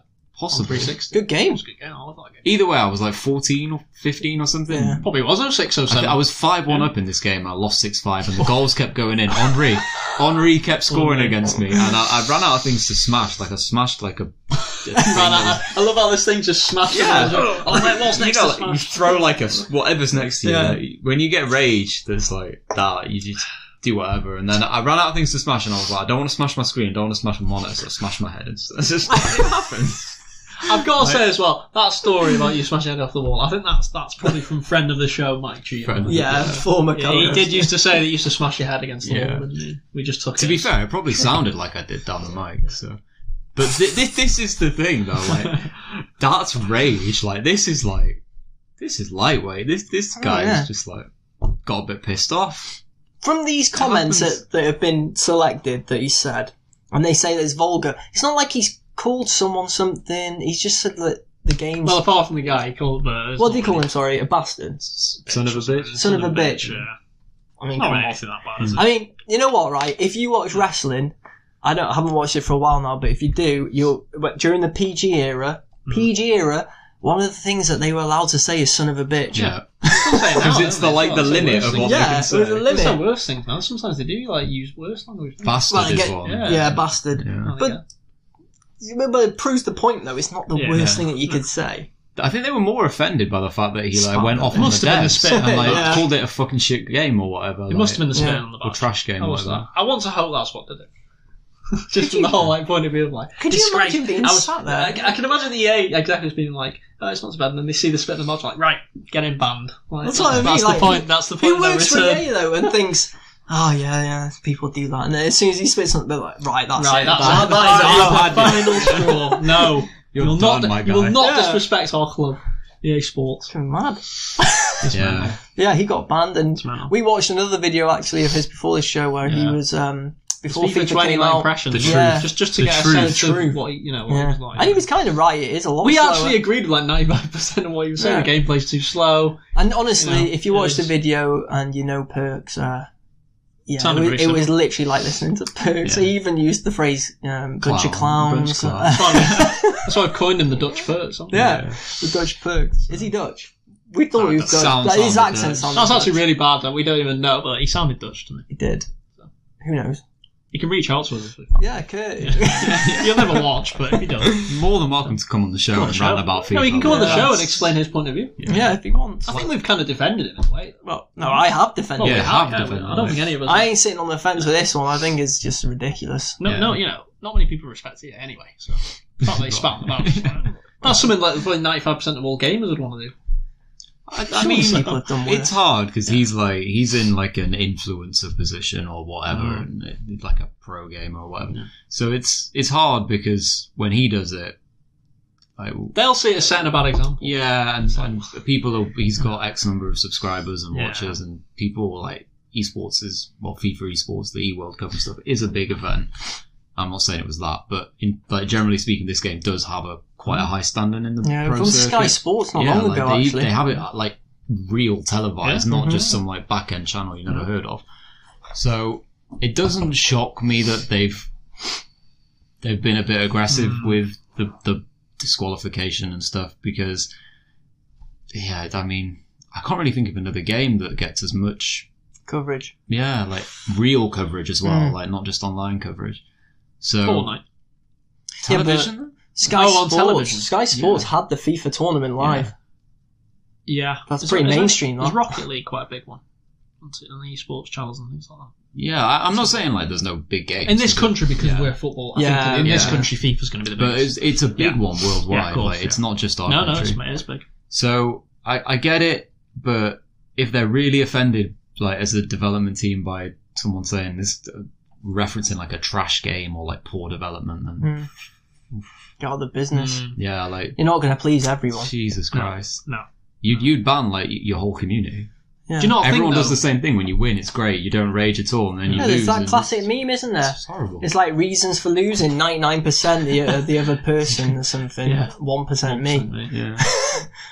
Speaker 3: possibly.
Speaker 2: 360.
Speaker 1: Good
Speaker 2: It
Speaker 1: game.
Speaker 2: was a good game. I like that game.
Speaker 3: Either way, I was like fourteen or fifteen or something.
Speaker 1: Yeah.
Speaker 2: Probably was 0607.
Speaker 3: I, thi- I was five one up in this game. I lost six five, and the goals kept going in. Henri, Henri
Speaker 4: Oh
Speaker 3: kept scoring
Speaker 2: Henri.
Speaker 3: against me, and I, I ran out of things to smash. Like I smashed
Speaker 4: [LAUGHS]
Speaker 3: like a. a thing
Speaker 2: Man,
Speaker 3: that-
Speaker 2: I, I love how this thing just smashed.
Speaker 4: Yeah.
Speaker 2: Oh, like, [LAUGHS] what's
Speaker 4: You
Speaker 2: next?
Speaker 4: know,
Speaker 2: to
Speaker 4: like, you
Speaker 2: smash?
Speaker 4: throw like a s- whatever's next to you.
Speaker 1: Yeah.
Speaker 4: like, when you get rage, that's like that. You just do whatever, and then I ran out of things to smash, and I was like, I don't want to smash my screen, I don't want to smash my monitor, so I smash my head. It's, it's just [LAUGHS] it happens.
Speaker 2: I've got to say as well that story about you smashing your head off the wall. I think that's that's probably from friend of the show Mike G.
Speaker 3: Friend.
Speaker 1: Yeah,
Speaker 3: Yeah.
Speaker 1: former
Speaker 2: Yeah, he
Speaker 1: colorist.
Speaker 2: did used to say that you used to smash your head against the
Speaker 3: Yeah.
Speaker 2: wall, didn't he? We just took
Speaker 3: To
Speaker 2: it.
Speaker 3: be fair, it probably sounded like I did down the mic. So, but th- this this is the thing though. Like that's rage. Like this is like this is lightweight. This this
Speaker 1: Oh,
Speaker 3: guy
Speaker 1: yeah.
Speaker 3: is just like got a bit pissed off.
Speaker 1: From these comments
Speaker 3: happens.
Speaker 1: that, that have been selected that he said, and they say that it's vulgar, it's not like he's called someone something, he's just said that the games.
Speaker 2: [LAUGHS] Well, apart from the guy he called uh, the.
Speaker 1: what do you call him? Sorry, a bastard.
Speaker 4: Son of a bitch.
Speaker 1: Son of a bitch.
Speaker 2: Yeah.
Speaker 1: I mean,
Speaker 2: Not
Speaker 1: come
Speaker 2: really
Speaker 1: on.
Speaker 2: anything that bad, is it?
Speaker 1: I mean, you know what, right? If you watch wrestling, I don't I haven't watched it for a while now, but if you do, you'll but during the PG era,
Speaker 2: Hmm.
Speaker 1: PG era, one of the things that they were allowed to say is "son of a bitch."
Speaker 3: Yeah.
Speaker 4: [LAUGHS] Because it's the like the limit of what
Speaker 1: Yeah,
Speaker 4: they can
Speaker 1: so there's a
Speaker 4: say.
Speaker 2: It's the
Speaker 1: limit.
Speaker 2: worst thing, man. Sometimes they do like use worse language. don't
Speaker 3: Bastard
Speaker 1: Well, I
Speaker 3: is
Speaker 1: get-
Speaker 3: one.
Speaker 2: yeah.
Speaker 1: Yeah, bastard.
Speaker 3: Yeah.
Speaker 2: they?
Speaker 1: but-
Speaker 2: Yeah.
Speaker 1: But it proves the point, though. It's not the
Speaker 2: Yeah.
Speaker 1: worst thing that you could say.
Speaker 3: I think they were more offended by the fact that he like
Speaker 1: Smart
Speaker 3: went off
Speaker 1: guy.
Speaker 3: on the
Speaker 2: Must have been the
Speaker 3: desk
Speaker 2: spit.
Speaker 3: and like
Speaker 1: Yeah.
Speaker 3: called it a fucking shit game or whatever.
Speaker 2: it must have been the spin
Speaker 1: yeah.
Speaker 2: on the
Speaker 3: or
Speaker 2: back.
Speaker 3: trash game
Speaker 2: I
Speaker 3: or
Speaker 2: was
Speaker 3: whatever.
Speaker 2: not. I want to hope that's what
Speaker 3: [LAUGHS]
Speaker 2: did it. Just from the whole like point of view of like.
Speaker 1: Could you
Speaker 2: disgrace.
Speaker 1: imagine being
Speaker 2: I was,
Speaker 1: sat there?
Speaker 2: I, I can imagine the EA executives being like, "Oh, it's not so bad." And then they see the spit in the module, like, "Right, get him banned." Like,
Speaker 1: That's what I mean,
Speaker 2: That's
Speaker 1: like,
Speaker 2: the point. That's the point.
Speaker 1: Who
Speaker 2: of no
Speaker 1: works for E
Speaker 2: return.
Speaker 1: EA though and thinks, oh yeah, yeah, people do that, and then as soon as he spits something, they're like, right, that's
Speaker 2: Right,
Speaker 1: it.
Speaker 2: that's
Speaker 1: that- [LAUGHS]
Speaker 3: [LAUGHS]
Speaker 2: that, that is
Speaker 1: that's
Speaker 2: the final straw. No,
Speaker 3: You're
Speaker 2: will
Speaker 3: done,
Speaker 2: not,
Speaker 3: my
Speaker 2: You will
Speaker 3: guy.
Speaker 2: not
Speaker 1: Yeah.
Speaker 2: disrespect our club, EA Sports.
Speaker 1: it. mad.
Speaker 2: [LAUGHS]
Speaker 3: Yeah.
Speaker 1: Yeah, he got banned, and
Speaker 2: It's mental.
Speaker 1: we watched another video actually of his before this show where he
Speaker 2: Yeah.
Speaker 1: was um before
Speaker 2: FIFA
Speaker 1: FIFA,
Speaker 2: 20
Speaker 1: came
Speaker 2: like
Speaker 1: out.
Speaker 2: impressions.
Speaker 3: The truth.
Speaker 1: Yeah.
Speaker 2: Just, just to
Speaker 3: The
Speaker 2: get
Speaker 3: truth.
Speaker 2: a sense
Speaker 1: Truth.
Speaker 2: of what, he- you know, what it
Speaker 1: Yeah.
Speaker 2: was like.
Speaker 1: and he was kind of right. It is a lot.
Speaker 2: we
Speaker 1: slower.
Speaker 2: actually agreed with like 95% of what he was saying. The gameplay's too slow.
Speaker 1: and honestly,
Speaker 2: you know,
Speaker 1: if you
Speaker 2: it
Speaker 1: watch the
Speaker 2: is.
Speaker 1: video and you know perks, uh, yeah,
Speaker 2: Sounded
Speaker 1: it, was,
Speaker 2: very
Speaker 1: it was literally like listening to perks.
Speaker 3: Yeah.
Speaker 1: He even used the phrase um, "bunch of
Speaker 3: Clown,
Speaker 1: clowns."
Speaker 3: bunch
Speaker 1: [LAUGHS]
Speaker 3: of clowns.
Speaker 2: That's why I've coined him the Dutch Perks. haven't I?
Speaker 1: yeah, the Dutch perks. Is he Dutch? We thought he was
Speaker 4: That
Speaker 1: Dutch.
Speaker 4: sounds
Speaker 1: Like, his
Speaker 4: sounded
Speaker 1: accent
Speaker 4: Dutch.
Speaker 1: sounded
Speaker 2: That's actually
Speaker 1: Dutch.
Speaker 2: really bad that we don't even know, but he sounded Dutch to me.
Speaker 1: He did. Who knows?
Speaker 2: You can reach out to us. if-
Speaker 3: [LAUGHS]
Speaker 1: Yeah, Kurt.
Speaker 2: You'll never watch, but if you don't,
Speaker 3: More than welcome to come on the show
Speaker 2: on
Speaker 3: and
Speaker 2: the
Speaker 3: rant
Speaker 2: show.
Speaker 3: about FIFA.
Speaker 2: no, he can come on the
Speaker 1: Yeah.
Speaker 2: show and explain his point of view.
Speaker 1: [LAUGHS] yeah, if he wants.
Speaker 2: I think we've kind of defended him in a way.
Speaker 1: Well, no, I have defended.
Speaker 2: Well, we
Speaker 1: it.
Speaker 3: Yeah,
Speaker 2: have,
Speaker 3: have
Speaker 2: yeah,
Speaker 3: defended
Speaker 2: I don't
Speaker 3: him.
Speaker 2: think any of us.
Speaker 1: I ain't sitting on the fence with this one. I think it's just ridiculous.
Speaker 2: no,
Speaker 3: Yeah.
Speaker 2: no, you know, not many people respect it anyway. So
Speaker 3: [LAUGHS]
Speaker 2: can't really spam about it. [LAUGHS] That's something like probably ninety-five percent of all gamers would want to do.
Speaker 3: I, I
Speaker 1: I mean,
Speaker 3: mean,
Speaker 1: people have done worse.
Speaker 3: it's hard because he's like he's in like an influencer position or whatever,
Speaker 2: Mm.
Speaker 3: and it- like a pro gamer or whatever. So it's it's hard because when he does it, like
Speaker 2: They'll see it as setting a bad example.
Speaker 3: yeah, and, and people are, he's got X number of subscribers and
Speaker 2: Yeah.
Speaker 3: watchers, and people like esports is well FIFA esports, the E World Cup and stuff is a big event. I'm not saying it was that, but in, like generally speaking, this game does have a quite a high standing in the
Speaker 1: Yeah,
Speaker 3: pro
Speaker 1: from Sky
Speaker 3: circuit
Speaker 1: Sports not
Speaker 3: yeah,
Speaker 1: long
Speaker 3: like
Speaker 1: ago,
Speaker 3: they,
Speaker 1: actually.
Speaker 3: they have it uh, like real televised,
Speaker 2: Yeah.
Speaker 3: not
Speaker 1: Mhm.
Speaker 3: just some like back end channel you never heard of. So it doesn't shock me that they've they've been a bit aggressive
Speaker 1: Hmm.
Speaker 2: Mm.
Speaker 3: with the, the disqualification and stuff because yeah, I mean I can't really think of another game that gets as much
Speaker 1: Coverage.
Speaker 3: yeah like real coverage as well,
Speaker 1: Mm.
Speaker 3: like not just online coverage. So
Speaker 2: Fortnite.
Speaker 1: Yeah, but-
Speaker 3: television.
Speaker 1: Sky
Speaker 2: Oh, on
Speaker 1: Sports.
Speaker 2: television.
Speaker 1: Sky Sports had the FIFA tournament live.
Speaker 2: Yeah,
Speaker 1: That's
Speaker 2: Is
Speaker 1: pretty
Speaker 2: that- is that-
Speaker 1: mainstream,
Speaker 2: Is
Speaker 1: that.
Speaker 2: Rocket League quite a big one? On t- on the esports channels and things like that.
Speaker 3: yeah, I, I'm not saying like there's no big games
Speaker 2: In this country, because
Speaker 3: Yeah.
Speaker 2: we're football, I
Speaker 1: Yeah,
Speaker 2: think in this
Speaker 3: yeah.
Speaker 2: country, FIFA's going to be the
Speaker 3: But
Speaker 2: biggest.
Speaker 3: it's, it's a big
Speaker 2: Yeah.
Speaker 3: one worldwide.
Speaker 2: Yeah, of course,
Speaker 3: like, It's
Speaker 2: yeah.
Speaker 3: not just our
Speaker 2: no, no,
Speaker 3: country.
Speaker 2: it's, it is big.
Speaker 3: so I, I get it, but if they're really offended, like as a development team, by someone saying this, uh, referencing like a trash game or like poor development,
Speaker 2: Hmm.
Speaker 3: then
Speaker 1: Mm. Get out of the business.
Speaker 2: Mm,
Speaker 3: yeah, like
Speaker 1: You're not going to please everyone.
Speaker 3: Jesus
Speaker 2: No,
Speaker 3: Christ,
Speaker 2: no.
Speaker 3: You'd, you'd ban like y- your whole community.
Speaker 1: Yeah.
Speaker 2: Do you not
Speaker 3: Everyone
Speaker 2: think
Speaker 3: does
Speaker 2: though,
Speaker 3: the same thing. When you win, it's great. You don't rage at all, and then you
Speaker 1: Yeah,
Speaker 3: lose.
Speaker 1: there's that
Speaker 3: and
Speaker 1: classic
Speaker 3: it's-
Speaker 1: meme, isn't there?
Speaker 3: It's horrible.
Speaker 1: It's like reasons for losing 99% the, uh, the other person or something,
Speaker 3: Yeah.
Speaker 1: 1% me.
Speaker 2: [LAUGHS]
Speaker 3: yeah.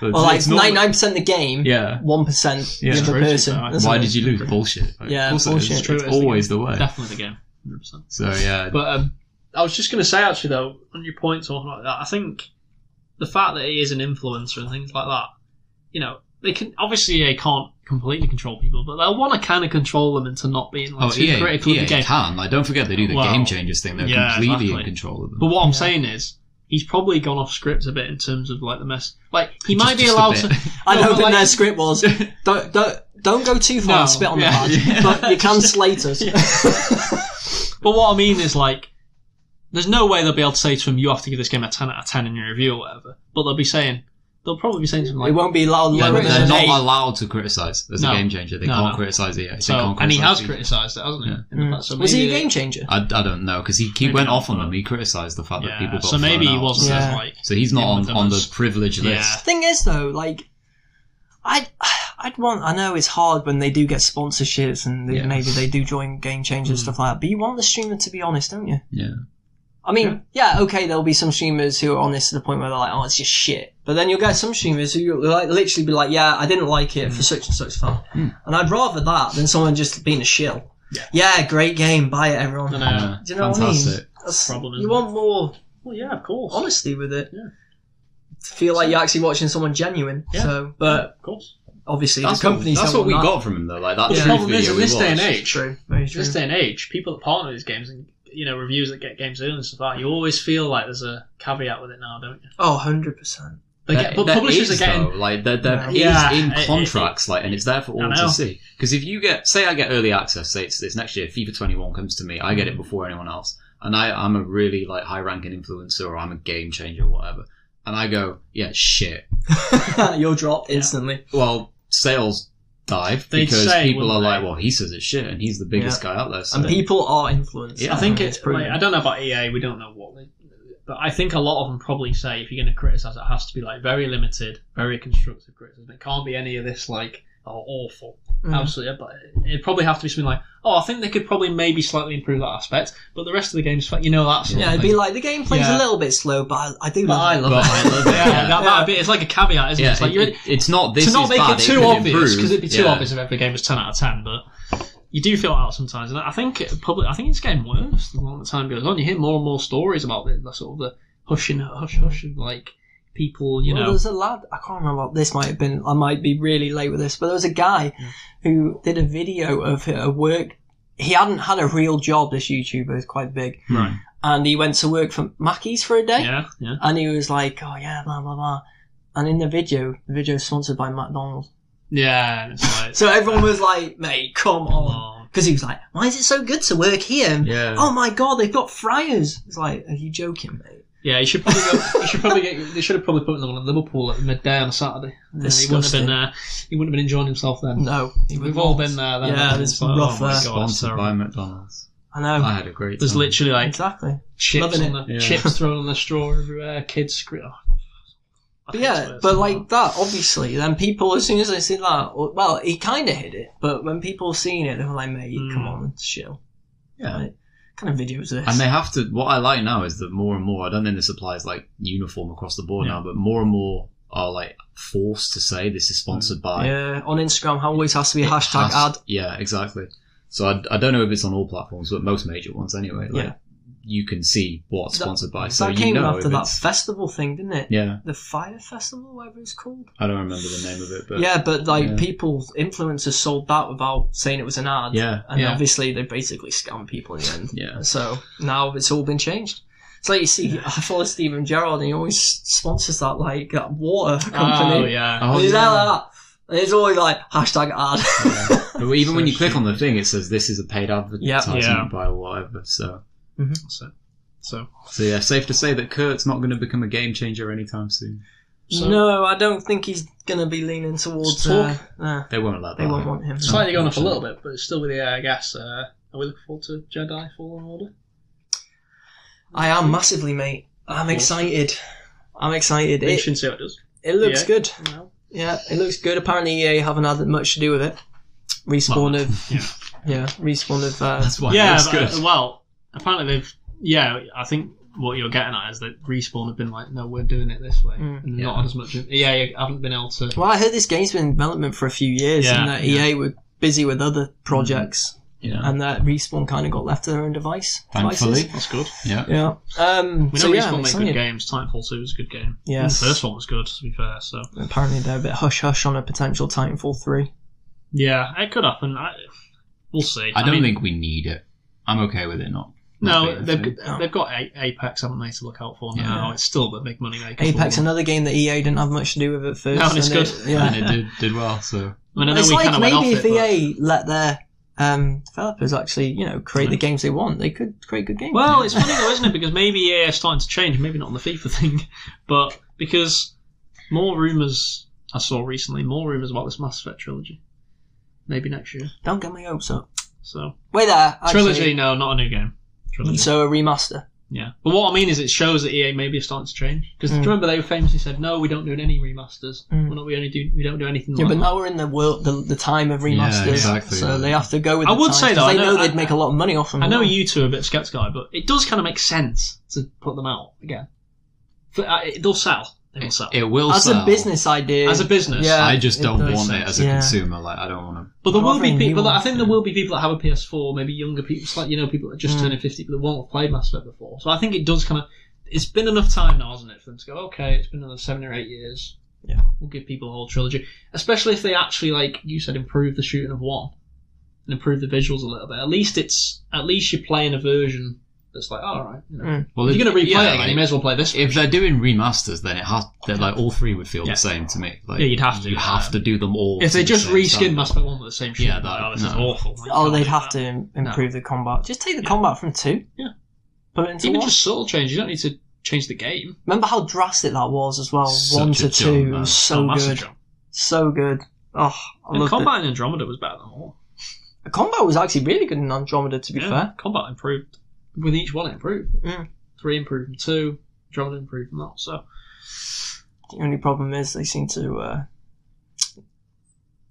Speaker 1: Or like
Speaker 3: 99.
Speaker 1: 99% the game,
Speaker 3: Yeah.
Speaker 1: 1%
Speaker 3: Yeah.
Speaker 1: the other
Speaker 2: True,
Speaker 1: person.
Speaker 2: though.
Speaker 1: That's
Speaker 3: Why
Speaker 1: it.
Speaker 3: did you lose? Bullshit. Like,
Speaker 1: Yeah,
Speaker 3: of course it is.
Speaker 1: bullshit.
Speaker 3: It's,
Speaker 2: True, it's the
Speaker 3: always the way.
Speaker 2: Definitely the game, 100%.
Speaker 3: So yeah,
Speaker 2: But um, I was just going to say, actually, though, on your point talking about that, I think the fact that he is an influencer and things like that, you know, they can obviously they can't completely control people, but they'll want to kind of control them into not being like
Speaker 3: Oh,
Speaker 2: too
Speaker 3: EA,
Speaker 2: critical
Speaker 3: EA
Speaker 2: of the game.
Speaker 3: can. Like, don't forget they do the
Speaker 2: Well,
Speaker 3: game changers thing. They're
Speaker 2: yeah,
Speaker 3: completely
Speaker 2: exactly.
Speaker 3: in control of them.
Speaker 2: But what I'm
Speaker 1: Yeah.
Speaker 2: saying is, he's probably gone off script a bit in terms of like the mess. Like he
Speaker 3: Just-
Speaker 2: might be
Speaker 3: just a
Speaker 2: allowed
Speaker 3: [LAUGHS] bit.
Speaker 2: to.
Speaker 1: I
Speaker 2: No,
Speaker 1: know
Speaker 2: but
Speaker 1: that
Speaker 2: [LAUGHS] like-
Speaker 1: their script
Speaker 3: [LAUGHS]
Speaker 1: was don't don't don't go too far
Speaker 2: No,
Speaker 1: and spit on
Speaker 3: yeah,
Speaker 1: the badge,
Speaker 3: yeah. [LAUGHS]
Speaker 1: but you can slate us. [LAUGHS]
Speaker 2: But what I mean is like. There's no way they'll be able to say to him, "You have to give this game a ten out of ten in your review or whatever." But they'll be saying, they'll probably be saying something
Speaker 1: It
Speaker 2: like,
Speaker 1: won't be loud.
Speaker 3: Yeah,
Speaker 1: lower
Speaker 3: but
Speaker 1: than
Speaker 3: they're
Speaker 1: an
Speaker 3: not
Speaker 1: eight.
Speaker 3: allowed to criticize. There's
Speaker 2: No.
Speaker 3: a game changer. They
Speaker 2: No,
Speaker 3: can't
Speaker 2: no.
Speaker 3: criticize EA. They
Speaker 2: so,
Speaker 3: can't
Speaker 2: and he
Speaker 3: criticize
Speaker 2: has
Speaker 3: FIFA.
Speaker 2: criticised it, hasn't he? in the
Speaker 1: Mm.
Speaker 2: past? So
Speaker 1: Was he
Speaker 2: maybe
Speaker 1: a
Speaker 2: they-
Speaker 1: game changer?
Speaker 3: I, I don't know because he, he
Speaker 2: Maybe
Speaker 3: went
Speaker 2: not.
Speaker 3: off on them. He criticized the fact that people got
Speaker 2: so maybe
Speaker 3: thrown
Speaker 2: he
Speaker 3: out.
Speaker 2: wasn't
Speaker 1: Yeah.
Speaker 2: as like
Speaker 3: So he's not
Speaker 2: Given
Speaker 3: on,
Speaker 2: them
Speaker 3: on the
Speaker 2: as-
Speaker 3: privilege
Speaker 2: Yeah.
Speaker 3: list.
Speaker 1: Thing is though, like I'd I'd want I know it's hard when they do get sponsorships and they,
Speaker 3: Yeah.
Speaker 1: maybe they do join game change and
Speaker 2: Mm.
Speaker 1: stuff like that, but you want the streamer to be honest, don't you?
Speaker 3: Yeah.
Speaker 1: I mean, yeah. okay, there'll be some streamers who are honest to the point where they're like, oh, it's just shit. But then you'll get some streamers who will, like literally be like, yeah, I didn't like it for such and such fun. And I'd rather that than someone just being a shill.
Speaker 2: Yeah.
Speaker 1: yeah, great game, buy it, everyone.
Speaker 2: No, no,
Speaker 5: Yeah,
Speaker 1: Do you know what I mean?
Speaker 5: fantastic.
Speaker 1: That's-
Speaker 2: Problem,
Speaker 1: you
Speaker 2: isn't
Speaker 1: want more
Speaker 2: Well, yeah, of course.
Speaker 1: honesty with it.
Speaker 2: Yeah.
Speaker 1: To feel like you're actually watching someone genuine.
Speaker 2: Yeah.
Speaker 1: So, but
Speaker 2: of course.
Speaker 1: obviously
Speaker 3: That's
Speaker 1: the companies.
Speaker 3: what, that's
Speaker 1: don't
Speaker 3: what we
Speaker 1: want
Speaker 3: got from him though. Like
Speaker 1: But
Speaker 3: that
Speaker 2: the
Speaker 1: Yeah.
Speaker 3: truth
Speaker 2: problem is,
Speaker 3: video E
Speaker 2: in
Speaker 3: we
Speaker 2: this day and
Speaker 3: watched.
Speaker 1: that.
Speaker 2: age,
Speaker 1: True, very
Speaker 2: in this
Speaker 1: true.
Speaker 2: day and age, people that partner these games and you know reviews that get games early and stuff like that, you always feel like there's a caveat with it now, don't you?
Speaker 1: Oh, 100 percent. [LAUGHS]
Speaker 2: They
Speaker 3: There-
Speaker 2: get, but
Speaker 3: there
Speaker 2: publishers
Speaker 3: is,
Speaker 2: are getting
Speaker 3: though, like there, there is
Speaker 2: Yeah.
Speaker 3: in
Speaker 2: It- it-
Speaker 3: contracts, like, and it's there for
Speaker 2: I
Speaker 3: all
Speaker 2: know.
Speaker 3: to see. Because if you get, say, I get early access, say it's this next year, FIFA 21 comes to me, I
Speaker 2: Mm.
Speaker 3: get it before anyone else, and I, I'm a really like high ranking influencer or I'm a game changer or whatever, and I go, yeah, shit.
Speaker 1: You're dropped
Speaker 2: Yeah.
Speaker 1: instantly.
Speaker 3: Well, sales dive
Speaker 2: They'd
Speaker 3: because
Speaker 2: say,
Speaker 3: people are
Speaker 2: wouldn't
Speaker 3: like,
Speaker 2: they?
Speaker 3: well, he says it's shit, and he's the biggest guy out there. So.
Speaker 1: And people are influenced.
Speaker 3: Yeah.
Speaker 2: I think
Speaker 1: it's
Speaker 2: it's
Speaker 1: proven.
Speaker 2: like, I don't know about EA. We don't know what, they, but I think a lot of them probably say if you're going to criticize, it has to be like very limited, very constructive criticism. It can't be any of this like oh awful,
Speaker 1: Mm.
Speaker 2: absolutely. But it probably have to be something like oh I think they could probably maybe slightly improve that aspect, but the rest of the game's fine. You know that sort
Speaker 1: Yeah,
Speaker 2: of
Speaker 1: it'd
Speaker 2: thing.
Speaker 1: be like the gameplay's a
Speaker 2: Yeah.
Speaker 1: little bit slow, but I, I do
Speaker 2: but I
Speaker 1: love
Speaker 2: love
Speaker 3: But
Speaker 2: it.
Speaker 3: I love it,
Speaker 2: yeah,
Speaker 3: yeah.
Speaker 2: that might be. It's like a caveat, isn't it?
Speaker 3: yeah,
Speaker 2: It's like
Speaker 3: it-
Speaker 2: you're.
Speaker 3: it- it's not this
Speaker 2: to not
Speaker 3: is
Speaker 2: make
Speaker 3: bad,
Speaker 2: it too
Speaker 3: could
Speaker 2: obvious because
Speaker 3: improve.
Speaker 2: it'd be too
Speaker 3: Yeah.
Speaker 2: obvious if every game was ten out of ten. But you do feel out sometimes, and I think it probably I think it's getting worse the longer time goes on. You hear more and more stories about the, the sort of the hushing, hush, hush of like people, you
Speaker 1: well,
Speaker 2: know.
Speaker 1: there's a lad. I can't remember. What, this might have been. I might be really late with this, but there was a guy who did a video of a work. He hadn't had a real job. This YouTuber is quite big,
Speaker 2: Right.
Speaker 1: and he went to work for Mackey's for a day.
Speaker 2: Yeah, yeah.
Speaker 1: And he was like, "Oh yeah, blah blah blah," and in the video, the video is sponsored by McDonald's.
Speaker 2: Yeah, and it's like,
Speaker 1: So everyone was like, "Mate, [LAUGHS] come on,"
Speaker 2: oh,
Speaker 1: because he was like, "Why is it so good to work here?" And,
Speaker 3: Yeah.
Speaker 1: Oh my god, they've got fryers. It's like, are you joking, mate?
Speaker 2: yeah, you should probably go, you should probably get, they should have probably put the one at Liverpool at midday on a Saturday. And then he wouldn't have
Speaker 1: Disgusting.
Speaker 2: been uh, he wouldn't have been enjoying himself then.
Speaker 1: No, he would
Speaker 2: We've
Speaker 1: not.
Speaker 2: all been there. Then,
Speaker 1: Yeah,
Speaker 2: haven't we?
Speaker 1: there's
Speaker 2: But,
Speaker 1: rough,
Speaker 2: oh my
Speaker 1: uh,
Speaker 2: God, it's
Speaker 3: Sponsored
Speaker 2: terrible.
Speaker 3: by McDonald's.
Speaker 1: I know.
Speaker 3: I had a great.
Speaker 2: There's
Speaker 3: time.
Speaker 2: literally like
Speaker 1: exactly.
Speaker 2: chips
Speaker 1: Loving
Speaker 2: on
Speaker 3: it.
Speaker 2: the
Speaker 3: Yeah.
Speaker 2: [LAUGHS] chips thrown on the straw everywhere. Kids scream. Oh, I
Speaker 1: But
Speaker 2: hate
Speaker 1: yeah,
Speaker 2: swears.
Speaker 1: but like that, obviously, then people, as soon as they see that, well, he kind of hit it, but when people seen it, they were like, mate,
Speaker 2: Hmm.
Speaker 1: come on, chill.
Speaker 3: Yeah.
Speaker 1: Like, what kind of video is this?
Speaker 3: And they have to. What I like now is that more and more. I don't think this applies like uniform across the board
Speaker 2: Yeah.
Speaker 3: now, but more and more are like forced to say this is sponsored
Speaker 1: Mm.
Speaker 3: by.
Speaker 1: yeah, on Instagram, always has to be
Speaker 3: It
Speaker 1: hashtag
Speaker 3: has-
Speaker 1: ad.
Speaker 3: Yeah, exactly. So I, I don't know if it's on all platforms, but most major ones anyway. Like,
Speaker 1: Yeah.
Speaker 3: You can see what's
Speaker 1: That-
Speaker 3: sponsored by, so
Speaker 1: that
Speaker 3: you
Speaker 1: came
Speaker 3: know
Speaker 1: after
Speaker 3: if
Speaker 1: that
Speaker 3: it's.
Speaker 1: festival thing, didn't it?
Speaker 3: yeah,
Speaker 1: The Fire Festival, whatever it's called.
Speaker 3: I don't remember the name of it, but
Speaker 1: yeah, but like
Speaker 3: yeah.
Speaker 1: people, influencers sold that without saying it was an ad.
Speaker 3: yeah,
Speaker 1: And
Speaker 2: Yeah.
Speaker 1: obviously, they basically scam people in the end.
Speaker 3: yeah.
Speaker 1: So now it's all been changed. It's like you see, I follow Stephen Gerrard, and he always sponsors that like that water
Speaker 2: oh
Speaker 1: company.
Speaker 2: yeah,
Speaker 3: Oh,
Speaker 1: and he's
Speaker 3: yeah.
Speaker 1: out like that, and it's always like hashtag ad.
Speaker 3: Yeah. But even
Speaker 2: So
Speaker 3: when you click on the
Speaker 2: stupid.
Speaker 3: thing, it says this is a paid advertisement
Speaker 2: Yeah.
Speaker 3: by whatever. So,
Speaker 1: Mm-hmm.
Speaker 2: so, so,
Speaker 3: so yeah, safe to say that Kurt's not going to become a game changer anytime soon.
Speaker 2: so
Speaker 1: no, I don't think he's gonna be leaning towards. Uh,
Speaker 2: Talk.
Speaker 1: uh,
Speaker 3: They won't let that.
Speaker 1: they won't
Speaker 3: happen.
Speaker 1: want him.
Speaker 2: slightly gone off a little bit, but it's still with the uh, I guess. Uh, are we looking forward to Jedi Fallen Order?
Speaker 1: I am massively, mate. I'm excited. I'm excited.
Speaker 2: We
Speaker 1: It,
Speaker 2: should see how it does.
Speaker 1: it looks
Speaker 2: Yeah.
Speaker 1: good.
Speaker 2: No.
Speaker 1: Yeah, it looks good. Apparently, EA haven't had much to do with it. Respawn of
Speaker 2: [LAUGHS] yeah.
Speaker 1: yeah, respawn of uh,
Speaker 3: That's why.
Speaker 2: yeah,
Speaker 3: Yeah,
Speaker 2: but,
Speaker 3: good.
Speaker 2: uh, well, apparently they've. Yeah, I think what you're getting at is that respawn have been like, no, we're doing it this way,
Speaker 1: Mm.
Speaker 2: and
Speaker 3: Yeah.
Speaker 2: not as much. Yeah, you haven't been able to.
Speaker 1: Well, I heard this game's been in development for a few years,
Speaker 2: Yeah, Mm-hmm.
Speaker 1: and that EA were busy with other projects, and that Respawn kind of got left to their own device.
Speaker 3: Thankfully.
Speaker 1: devices.
Speaker 2: That's good.
Speaker 3: yeah.
Speaker 1: Yeah. Um,
Speaker 2: We know
Speaker 1: so yeah,
Speaker 2: Respawn
Speaker 1: I'm
Speaker 2: make good
Speaker 1: excited.
Speaker 2: games. Titanfall Two was a good game. Yeah,
Speaker 1: Yes.
Speaker 2: The first one was good, to be fair. So
Speaker 1: Apparently, they're a bit hush hush on a potential Titanfall three.
Speaker 2: yeah, it could happen. I, we'll see.
Speaker 5: I don't
Speaker 2: mean,
Speaker 5: think we need it. I'm okay with it not. not
Speaker 2: No,
Speaker 5: being a
Speaker 2: they've,
Speaker 5: thing.
Speaker 1: thing.
Speaker 2: they've got A- Apex, haven't they, to look out for now? Oh,
Speaker 1: Yeah.
Speaker 2: It's still the big money maker.
Speaker 1: Apex,
Speaker 2: for them.
Speaker 1: another game that EA didn't have much to do with at first.
Speaker 2: No, and it's
Speaker 1: it-
Speaker 2: good.
Speaker 1: yeah.
Speaker 5: and it did did well. So
Speaker 2: I mean, I know
Speaker 1: it's
Speaker 2: we
Speaker 1: like
Speaker 2: kinda went
Speaker 1: maybe if
Speaker 2: off
Speaker 1: E
Speaker 2: it, but-
Speaker 1: EA let their um, developers actually, you know, create the games they want, they could create good games.
Speaker 2: Well, it's funny though, isn't it? Because maybe EA is starting to change. Maybe not on the FIFA [LAUGHS] thing, but because more rumors I saw recently, more rumors about this Mass Effect trilogy. Maybe next year.
Speaker 1: Don't get my hopes up.
Speaker 2: So
Speaker 1: Wait there. actually.
Speaker 2: trilogy, no, not a new game. Trilogy.
Speaker 1: So a remaster.
Speaker 2: Yeah, but what I mean is, it shows that EA maybe is starting to change. Because
Speaker 1: Mm.
Speaker 2: remember, they were famously said, "No, we don't do any remasters.
Speaker 1: Mm.
Speaker 2: We're not, we only do we don't do anything."
Speaker 1: Yeah,
Speaker 2: like
Speaker 1: but
Speaker 2: that."
Speaker 1: now we're in the world, the, the time of remasters,
Speaker 3: exactly,
Speaker 1: so
Speaker 3: yeah.
Speaker 1: they have to go with.
Speaker 2: I
Speaker 1: the
Speaker 2: would
Speaker 1: times,
Speaker 2: say,
Speaker 1: 'cause
Speaker 2: though, I
Speaker 1: they
Speaker 2: know-
Speaker 1: know, they'd
Speaker 2: I-
Speaker 1: make a lot of money off them.
Speaker 2: I know
Speaker 1: wouldn't
Speaker 2: you two are a bit skeptical, but it does kind of make sense to put them out again. But, uh, it- they'll sell. They will sell
Speaker 3: It will
Speaker 1: they? as
Speaker 3: sell.
Speaker 1: a business idea.
Speaker 2: as a business.
Speaker 1: Yeah.
Speaker 3: I just
Speaker 1: it
Speaker 3: don't
Speaker 1: does.
Speaker 3: want it as a
Speaker 1: Yeah.
Speaker 3: consumer. Like I don't want
Speaker 2: But there
Speaker 1: I'd
Speaker 2: will be
Speaker 1: rather
Speaker 2: people. That, I
Speaker 1: anyone.
Speaker 2: think there will be people that have a PS4, maybe younger people, like you know, people that just
Speaker 1: Mm.
Speaker 2: turning fifty, but that won't have played Mass Effect before. So I think it does kind of. It's been enough time now, hasn't it, for them to go? Okay, it's been another seven or eight years.
Speaker 1: Yeah.
Speaker 2: we'll give people a whole trilogy, especially if they actually, like you said, improve the shooting of one and improve the visuals a little bit. At least it's at least you're playing a version that's like, all right, you know,
Speaker 1: Mm.
Speaker 3: to. Well,
Speaker 2: if you're going to replay
Speaker 3: yeah,
Speaker 2: it again,
Speaker 3: like,
Speaker 2: you may as well play this.
Speaker 3: if they're doing remasters, then it has. Then like all three would feel
Speaker 2: Yeah.
Speaker 3: the same to me. Like,
Speaker 2: Yeah, you'd have to,
Speaker 3: You
Speaker 2: yeah.
Speaker 3: have to do them all.
Speaker 2: if
Speaker 3: to
Speaker 2: they
Speaker 3: the
Speaker 2: just
Speaker 3: same
Speaker 2: reskin
Speaker 3: standard.
Speaker 2: Mass Effect one with the same shit,
Speaker 3: Yeah,
Speaker 2: like,
Speaker 3: that-
Speaker 2: oh, this is
Speaker 3: no.
Speaker 2: awful. You
Speaker 1: oh,
Speaker 2: can't
Speaker 1: they'd
Speaker 2: do
Speaker 1: have
Speaker 2: that.
Speaker 1: to im- improve the combat. Just take the combat from two.
Speaker 2: Yeah.
Speaker 1: Put it into
Speaker 2: even
Speaker 1: one.
Speaker 2: just subtle change. You don't need to change the game.
Speaker 1: Remember how drastic that was as well.
Speaker 3: Such
Speaker 1: one
Speaker 3: a
Speaker 1: to
Speaker 3: jump,
Speaker 1: two,
Speaker 3: man.
Speaker 1: was
Speaker 2: Oh,
Speaker 1: so
Speaker 2: massive
Speaker 1: good,
Speaker 2: jump.
Speaker 1: so good. Oh, I
Speaker 2: And
Speaker 1: loved
Speaker 2: combat in Andromeda was better than all.
Speaker 1: it. The combat was actually really good in Andromeda. To be
Speaker 2: Yeah,
Speaker 1: fair,
Speaker 2: combat improved with each one. It improved.
Speaker 1: Mm.
Speaker 2: Three improved from two. Andromeda improved from that. So
Speaker 1: the only problem is they seem to, uh,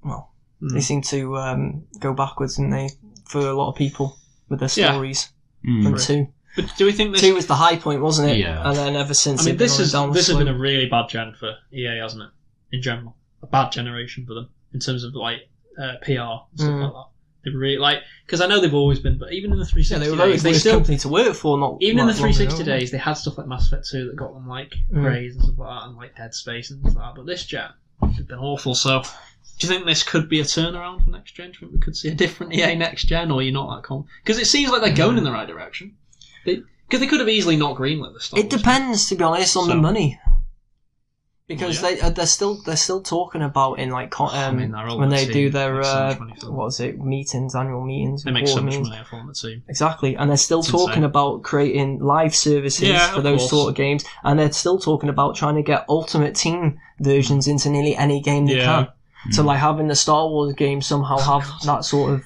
Speaker 1: well,
Speaker 2: Mm.
Speaker 1: they seem to um, go backwards, and they for a lot of people with their
Speaker 2: Yeah.
Speaker 1: stories
Speaker 3: Mm.
Speaker 2: Hmm.
Speaker 1: from two.
Speaker 2: but do we think this?
Speaker 1: Two was the high point, wasn't it?
Speaker 3: Yeah.
Speaker 1: And then ever since,
Speaker 2: I mean,
Speaker 1: they've been
Speaker 2: this
Speaker 1: on a
Speaker 2: is
Speaker 1: downward
Speaker 2: this has
Speaker 1: slope.
Speaker 2: been a really bad gen for EA, hasn't it? In general, a bad generation for them in terms of like uh, PR and stuff
Speaker 1: Mm.
Speaker 2: like that. They really like because I know they've always been, but even in the
Speaker 1: yeah,
Speaker 2: 360
Speaker 1: they were very
Speaker 2: days, they
Speaker 1: good
Speaker 2: still
Speaker 1: company to work for. Not
Speaker 2: Even in the
Speaker 1: not long ago.
Speaker 2: 360 days, they had stuff like Mass Effect 2 that got them like
Speaker 1: Mm.
Speaker 2: praise and stuff like that, and like Dead Space and stuff like that. But this gen has been awful. So, do you think this could be a turnaround for next gen? Do you think we could see a different EA next gen, or you're not that calm? Because it seems like they're going in the right direction. Because they, could have easily not greenlit this. Star
Speaker 1: It
Speaker 2: Wars
Speaker 1: depends, to be honest, on the
Speaker 3: So-
Speaker 1: money. Because
Speaker 2: Well,
Speaker 1: they uh, they're still they're still talking about in like co- um,
Speaker 2: I mean, they're all
Speaker 1: when
Speaker 2: the
Speaker 1: they
Speaker 2: same.
Speaker 1: do their
Speaker 2: Makes so
Speaker 1: uh,
Speaker 2: much money for them.
Speaker 1: what is it meetings annual meetings
Speaker 2: They make so
Speaker 1: board
Speaker 2: much
Speaker 1: meetings.
Speaker 2: money off on the team.
Speaker 1: exactly and they're still
Speaker 2: It's
Speaker 1: talking
Speaker 2: insane.
Speaker 1: about creating live services
Speaker 2: Yeah,
Speaker 1: for
Speaker 2: of
Speaker 1: those
Speaker 2: course.
Speaker 1: sort of games and they're still talking about trying to get ultimate team versions into nearly any game they
Speaker 2: Yeah.
Speaker 1: can
Speaker 3: Hmm.
Speaker 1: so like having the Star Wars game somehow have
Speaker 2: [LAUGHS]
Speaker 1: that sort of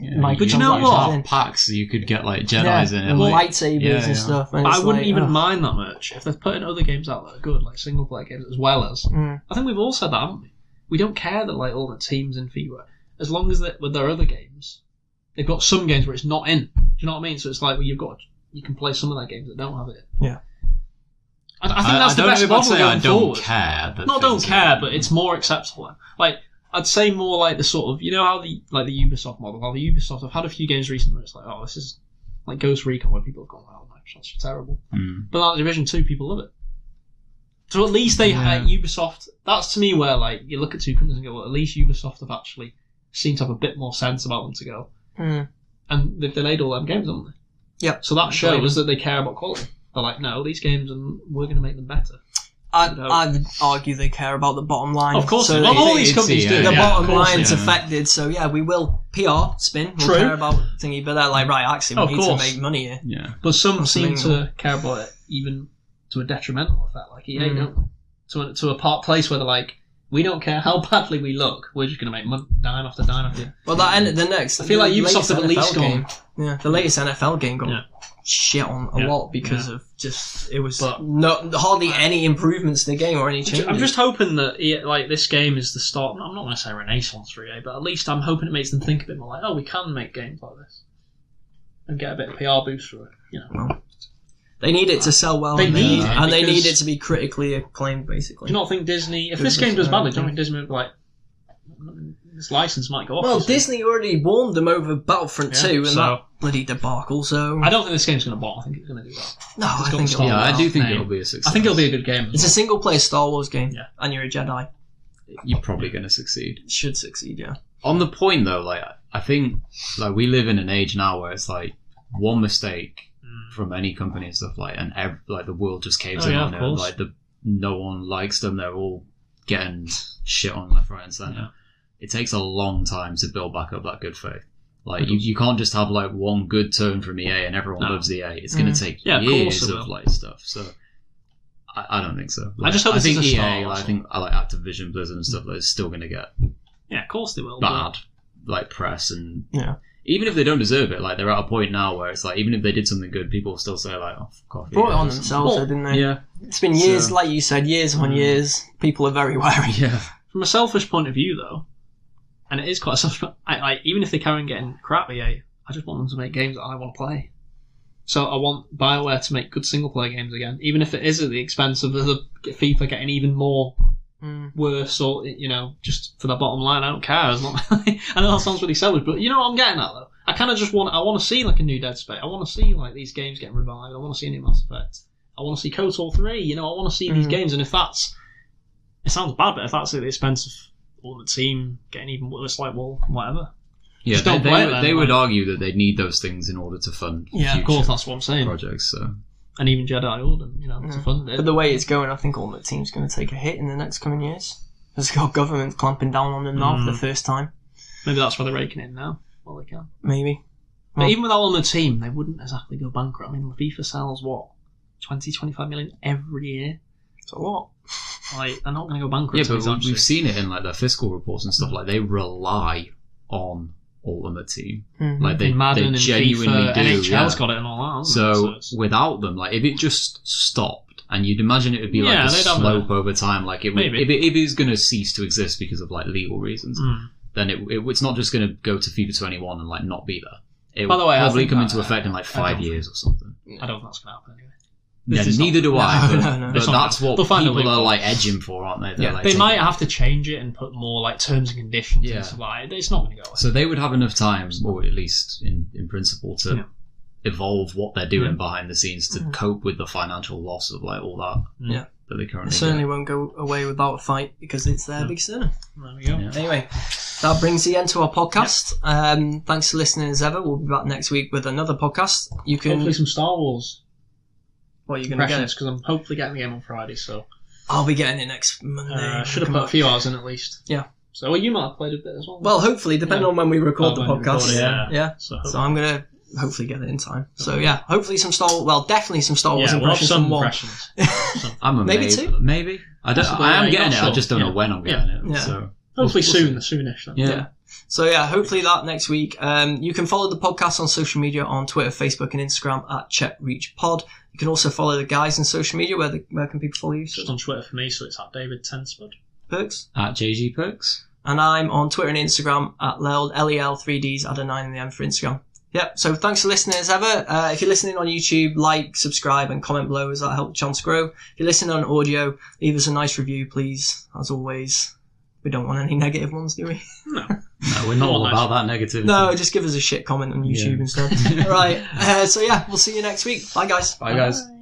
Speaker 3: Yeah,
Speaker 1: Mike,
Speaker 3: but you
Speaker 1: you
Speaker 3: know
Speaker 1: know
Speaker 3: what?
Speaker 1: what?
Speaker 3: Half packs so you could get like
Speaker 1: yeah,
Speaker 3: Jedi's in it.
Speaker 1: and
Speaker 3: Like,
Speaker 1: lightsabers
Speaker 3: yeah, yeah.
Speaker 1: and stuff and
Speaker 2: But I
Speaker 1: it's
Speaker 2: wouldn't
Speaker 1: like,
Speaker 2: even
Speaker 1: ugh.
Speaker 2: mind that much if they're putting other games out that are good, like single player games, as well as
Speaker 1: Mm.
Speaker 2: I think we've all said that, haven't we? We don't care that like all the teams in FIFA, as long as that with their other games, they've got some games where it's not in. Do you know what I mean? So it's like well, you've got you can play some of their games that don't have it.
Speaker 1: Yeah.
Speaker 2: I, I think that's
Speaker 3: I
Speaker 2: the
Speaker 3: don't know
Speaker 2: best
Speaker 3: if I'd
Speaker 2: model
Speaker 3: say
Speaker 2: going
Speaker 3: I don't
Speaker 2: forward.
Speaker 3: care. that
Speaker 2: Not don't
Speaker 3: things are-
Speaker 2: care, but it's more acceptable. Like I'd say more like the sort of you know how the like the Ubisoft model. How the Ubisoft. I've had a few games recently where it's like, oh, this is like Ghost Recon, where people have gone, oh, that's terrible.
Speaker 3: Mm.
Speaker 2: But like Division Two, people love it. So at least they
Speaker 3: Yeah.
Speaker 2: uh, Ubisoft. That's to me where like you look at two companies and go, well, at least Ubisoft have actually seemed to have a bit more sense about them to go,
Speaker 1: Mm.
Speaker 2: and they've delayed all them games, haven't they?
Speaker 1: Yep.
Speaker 2: So that
Speaker 1: Right.
Speaker 2: shows that they care about quality. They're like, no, these games, and we're going to make them better.
Speaker 1: I,
Speaker 2: No.
Speaker 1: I would argue they care about the bottom line.
Speaker 2: Of course,
Speaker 1: so
Speaker 2: well,
Speaker 1: they-
Speaker 2: all these
Speaker 3: it's
Speaker 2: companies
Speaker 3: the,
Speaker 2: do.
Speaker 3: uh,
Speaker 1: the
Speaker 3: Yeah,
Speaker 1: bottom
Speaker 3: of course,
Speaker 1: line's
Speaker 3: yeah.
Speaker 1: affected. So yeah, we will PR spin. We'll
Speaker 2: True.
Speaker 1: care about thingy, but they're like, right, actually,
Speaker 2: Of
Speaker 1: we need
Speaker 2: course.
Speaker 1: to make money here.
Speaker 3: Yeah.
Speaker 2: But some
Speaker 1: That's
Speaker 2: seem
Speaker 1: amazing.
Speaker 2: to care about it even to a detrimental effect, like EA
Speaker 1: Mm.
Speaker 2: don't. they? To a, to a part place where they're like, we don't care how badly we look, we're just going to make mon- dime after dime after dime.
Speaker 1: Well, that ended the next.
Speaker 2: I feel
Speaker 1: the
Speaker 2: like Ubisoft
Speaker 1: latest
Speaker 2: have at least
Speaker 1: NFL
Speaker 2: gone-
Speaker 1: game. Yeah, the latest NFL game got
Speaker 2: Yeah.
Speaker 1: shit on a
Speaker 2: Yeah.
Speaker 1: lot because of just it was
Speaker 2: But-
Speaker 1: no hardly any improvements to the game or any
Speaker 2: Ju-
Speaker 1: changes.
Speaker 2: I'm just hoping that EA, like this game is the start. I'm not going to say renaissance for EA, but at least I'm hoping it makes them think a bit more like, oh, we can make games like this and get a bit of PR boost for it. You know,
Speaker 1: they need it to sell well.
Speaker 2: They
Speaker 1: and
Speaker 2: need it
Speaker 1: and they
Speaker 2: because-
Speaker 1: need it to be critically acclaimed.
Speaker 2: do
Speaker 1: Basically,
Speaker 2: you not think Disney? If this
Speaker 1: Disney,
Speaker 2: game does
Speaker 1: uh,
Speaker 2: badly, do you not think Disney would be like this license might go off?
Speaker 1: well,
Speaker 2: you see?
Speaker 1: Disney already warned them over Battlefront
Speaker 2: Yeah,
Speaker 1: 2 and
Speaker 2: so-
Speaker 1: that bloody debacle. So
Speaker 2: I don't think this game's going to bomb. I think it's going to do well.
Speaker 1: no,
Speaker 2: it's
Speaker 1: I
Speaker 2: got
Speaker 1: think
Speaker 2: to
Speaker 1: it'll
Speaker 2: start.
Speaker 1: be
Speaker 3: Yeah, Oh, I do
Speaker 1: well.
Speaker 3: think
Speaker 2: Name.
Speaker 3: it'll be a success.
Speaker 2: I think it'll be a good game.
Speaker 1: It's a single player Star Wars game,
Speaker 2: Yeah.
Speaker 1: and you're a Jedi.
Speaker 3: You're probably going to succeed.
Speaker 1: It should succeed, yeah.
Speaker 3: On the point though, like I think, like we live in an age now where it's like one mistake
Speaker 2: Mm.
Speaker 3: from any company and stuff like, and ev- like the world just caves
Speaker 2: Oh,
Speaker 3: in
Speaker 2: yeah,
Speaker 3: on
Speaker 2: of
Speaker 3: it. and,
Speaker 2: course.
Speaker 3: Like the no one likes them. They're all getting shit on left, right, and center.
Speaker 2: Yeah.
Speaker 3: It takes a long time to build back up that good faith.
Speaker 2: It
Speaker 3: Like you,
Speaker 2: does.
Speaker 3: you can't just have like one good turn from EA and everyone
Speaker 2: No. Mm-hmm.
Speaker 3: loves EA. It's going
Speaker 1: Mhm.
Speaker 3: to take
Speaker 2: Yeah, of course
Speaker 3: years
Speaker 2: it
Speaker 3: of,
Speaker 2: will.
Speaker 3: like stuff. So I, I don't think so. Like,
Speaker 2: just hope
Speaker 3: I
Speaker 2: this
Speaker 3: think
Speaker 2: is a
Speaker 3: EA.
Speaker 2: start, Mm.
Speaker 3: like, I
Speaker 2: that's
Speaker 3: think I like Activision, Blizzard, and stuff. Like, is still going to get
Speaker 2: Yeah, of course they will. but-
Speaker 3: bad like press and
Speaker 1: Yeah.
Speaker 3: even if they don't deserve it, like they're at a point now where it's like even if they did something good, people will still say like, "Oh, fuck off."
Speaker 1: Brought it
Speaker 3: yeah,
Speaker 1: on
Speaker 3: or something.
Speaker 1: themselves, though,
Speaker 2: Well,
Speaker 1: didn't they?
Speaker 3: Yeah,
Speaker 1: It's been years,
Speaker 3: So-
Speaker 1: like you said, years
Speaker 3: Hmm.
Speaker 1: on years. People are very [LAUGHS] wary.
Speaker 2: [LAUGHS]
Speaker 3: yeah,
Speaker 2: From a selfish point of view, though, and it is quite a selfish. I, I even if they carry on getting crap EA, I just want them to make games that I want to play. So I want Bioware to make good single player games again, even if it is at the expense of the the FIFA getting even more Hmm.
Speaker 1: Mm.
Speaker 2: worse, or you know, just for the bottom line. I don't care. As long [LAUGHS] I know that sounds really selfish, but you know what I'm getting at though. I kind of just want. I want to see like a new Dead Space. I want to see like these games getting revived. I want to see a new Mass Effect. I want to see KOTOR three. You know, I want to see these
Speaker 1: Mhm.
Speaker 2: games. And if that's, it sounds bad, but if that's at the expense of all the team getting even worse, like well, whatever.
Speaker 3: yeah.
Speaker 2: Just
Speaker 3: they,
Speaker 2: don't
Speaker 3: they
Speaker 2: play it
Speaker 3: would-
Speaker 2: then,
Speaker 3: they would
Speaker 2: like-
Speaker 3: argue that they need those things in order to fund
Speaker 2: of
Speaker 3: future
Speaker 2: course, that's what I'm saying.
Speaker 3: projects. So
Speaker 2: And even Jedi Order, you know, to
Speaker 1: Yeah.
Speaker 2: fund it.
Speaker 1: But the way it's going, I think all the team's going to take a hit in the next coming years. There's got government clamping down on them now for the
Speaker 2: Mm.
Speaker 1: first time,
Speaker 2: Maybe that's why they're raking in now. Well, they can.
Speaker 1: maybe.
Speaker 3: Hmm.
Speaker 2: But
Speaker 1: Well-
Speaker 2: even with all on the team, they wouldn't exactly go bankrupt. I mean, FIFA sells what 20, 25 million every year.
Speaker 1: So what?
Speaker 2: Like, they're not going to go bankrupt.
Speaker 3: yeah,
Speaker 2: to
Speaker 3: but
Speaker 2: these
Speaker 3: we-
Speaker 2: absolute-
Speaker 3: we've seen it in like their fiscal reports and stuff. Like they rely on Ultimate Team.
Speaker 1: Mhm.
Speaker 3: Like they,
Speaker 2: in Mm-hmm. Madden
Speaker 3: they genuinely
Speaker 2: and FIFA,
Speaker 3: do.
Speaker 2: NHL's
Speaker 3: yeah.
Speaker 2: got it and all that. hasn't
Speaker 3: So
Speaker 2: it?
Speaker 3: without them, like if it just stopped, and you'd imagine it would be
Speaker 2: Yeah,
Speaker 3: like a
Speaker 2: they'd have
Speaker 3: slope over time. Like it, would,
Speaker 2: Maybe.
Speaker 3: if it if it's going to cease to exist because of like legal reasons,
Speaker 2: it's- Mm.
Speaker 3: then it, it it's not just going to go to FIFA 21 and like not be there. It
Speaker 2: By
Speaker 3: will
Speaker 2: the way, I
Speaker 3: probably
Speaker 2: think
Speaker 3: come
Speaker 2: that-
Speaker 3: into effect in like
Speaker 2: I
Speaker 3: five
Speaker 2: don't
Speaker 3: years or something.
Speaker 2: I don't think that's going to happen anyway.
Speaker 3: Yeah,
Speaker 2: This is not-
Speaker 3: neither
Speaker 2: [LAUGHS]
Speaker 3: do I.
Speaker 1: No,
Speaker 3: but
Speaker 1: no, no.
Speaker 3: but
Speaker 2: It's not
Speaker 3: that's
Speaker 2: gonna-
Speaker 3: what
Speaker 2: they'll find a
Speaker 3: people
Speaker 2: way.
Speaker 3: are like edging for, aren't they? They're,
Speaker 2: Yeah,
Speaker 3: like,
Speaker 2: they
Speaker 3: taking-
Speaker 2: might have to change it and put more like terms and conditions.
Speaker 3: Yeah.
Speaker 2: and stuff like that. it's not going to go. Away.
Speaker 3: So they would have enough time, or at least in, in principle, to
Speaker 2: Yeah.
Speaker 3: evolve what they're doing
Speaker 2: Yeah.
Speaker 3: behind the scenes to
Speaker 1: Mhm.
Speaker 3: cope with the financial loss of like all that.
Speaker 2: Yeah.
Speaker 3: That they currently
Speaker 1: It certainly won't go away without a fight because it's their
Speaker 2: No.
Speaker 1: big sin.
Speaker 2: There we go.
Speaker 3: Yeah.
Speaker 1: Anyway, that brings the end to our podcast. Um, thanks for listening as ever. We'll be back next week with another podcast. You can.
Speaker 2: Hopefully, some Star Wars
Speaker 1: What are you going to get?
Speaker 2: impressions because I'm hopefully getting the game on Friday. So
Speaker 1: I'll be getting it next
Speaker 2: uh,
Speaker 1: Monday.
Speaker 2: I should have
Speaker 1: Come
Speaker 2: put a
Speaker 1: on.
Speaker 2: few hours in at least.
Speaker 1: Yeah.
Speaker 2: So well, you might have played a bit as well.
Speaker 1: Well, hopefully, depending
Speaker 2: Yeah.
Speaker 1: on when we record
Speaker 2: Oh,
Speaker 1: the
Speaker 2: when we record
Speaker 1: podcast.
Speaker 2: it, yeah.
Speaker 1: yeah.
Speaker 2: so,
Speaker 1: So I'm gonna hopefully get it in time. So yeah, hopefully some Star Wars. Well, definitely some Star
Speaker 2: yeah,
Speaker 1: Wars
Speaker 2: we'll have
Speaker 1: impressions
Speaker 2: some
Speaker 1: from one.
Speaker 2: impressions.
Speaker 3: I'm a
Speaker 1: Maybe
Speaker 3: maybe
Speaker 1: two?
Speaker 3: Maybe I don't.
Speaker 2: Possibly,
Speaker 3: I
Speaker 2: yeah,
Speaker 3: am
Speaker 2: you're
Speaker 3: getting
Speaker 2: not
Speaker 3: it. I
Speaker 2: sure.
Speaker 3: just don't
Speaker 2: Yeah.
Speaker 3: know when I'm getting it.
Speaker 1: Yeah.
Speaker 3: So
Speaker 2: Hopefully
Speaker 3: We'll-
Speaker 2: soon,
Speaker 3: we'll
Speaker 2: soonish. Then.
Speaker 3: yeah.
Speaker 1: Yeah. So yeah, hopefully that next week. Um, you can follow the podcast on social media on Twitter, Facebook, and Instagram at Chet Reach Pod. You can also follow the guys on social media. Where the, where can people follow you?
Speaker 2: Just on Twitter for me, so it's at David Tenspud.
Speaker 1: Perks.
Speaker 3: at JG Perks.
Speaker 1: And I'm on Twitter and Instagram at lel lel three Ds add a nine in the M for Instagram. Yep. So thanks for listening as ever. Uh, if you're listening on YouTube, like, subscribe, and comment below as that helps Chance grow. If you're listening on audio, leave us a nice review, please. As always, we don't want any [LAUGHS] negative ones, do we?
Speaker 3: No, we're not
Speaker 2: Oh,
Speaker 3: all
Speaker 2: nice.
Speaker 3: about that negativity.
Speaker 1: No, just give us a shit comment on YouTube
Speaker 3: Yeah.
Speaker 1: instead. All right. Uh, so yeah, we'll see you next week. Bye, guys.
Speaker 3: Bye guys.
Speaker 2: Bye.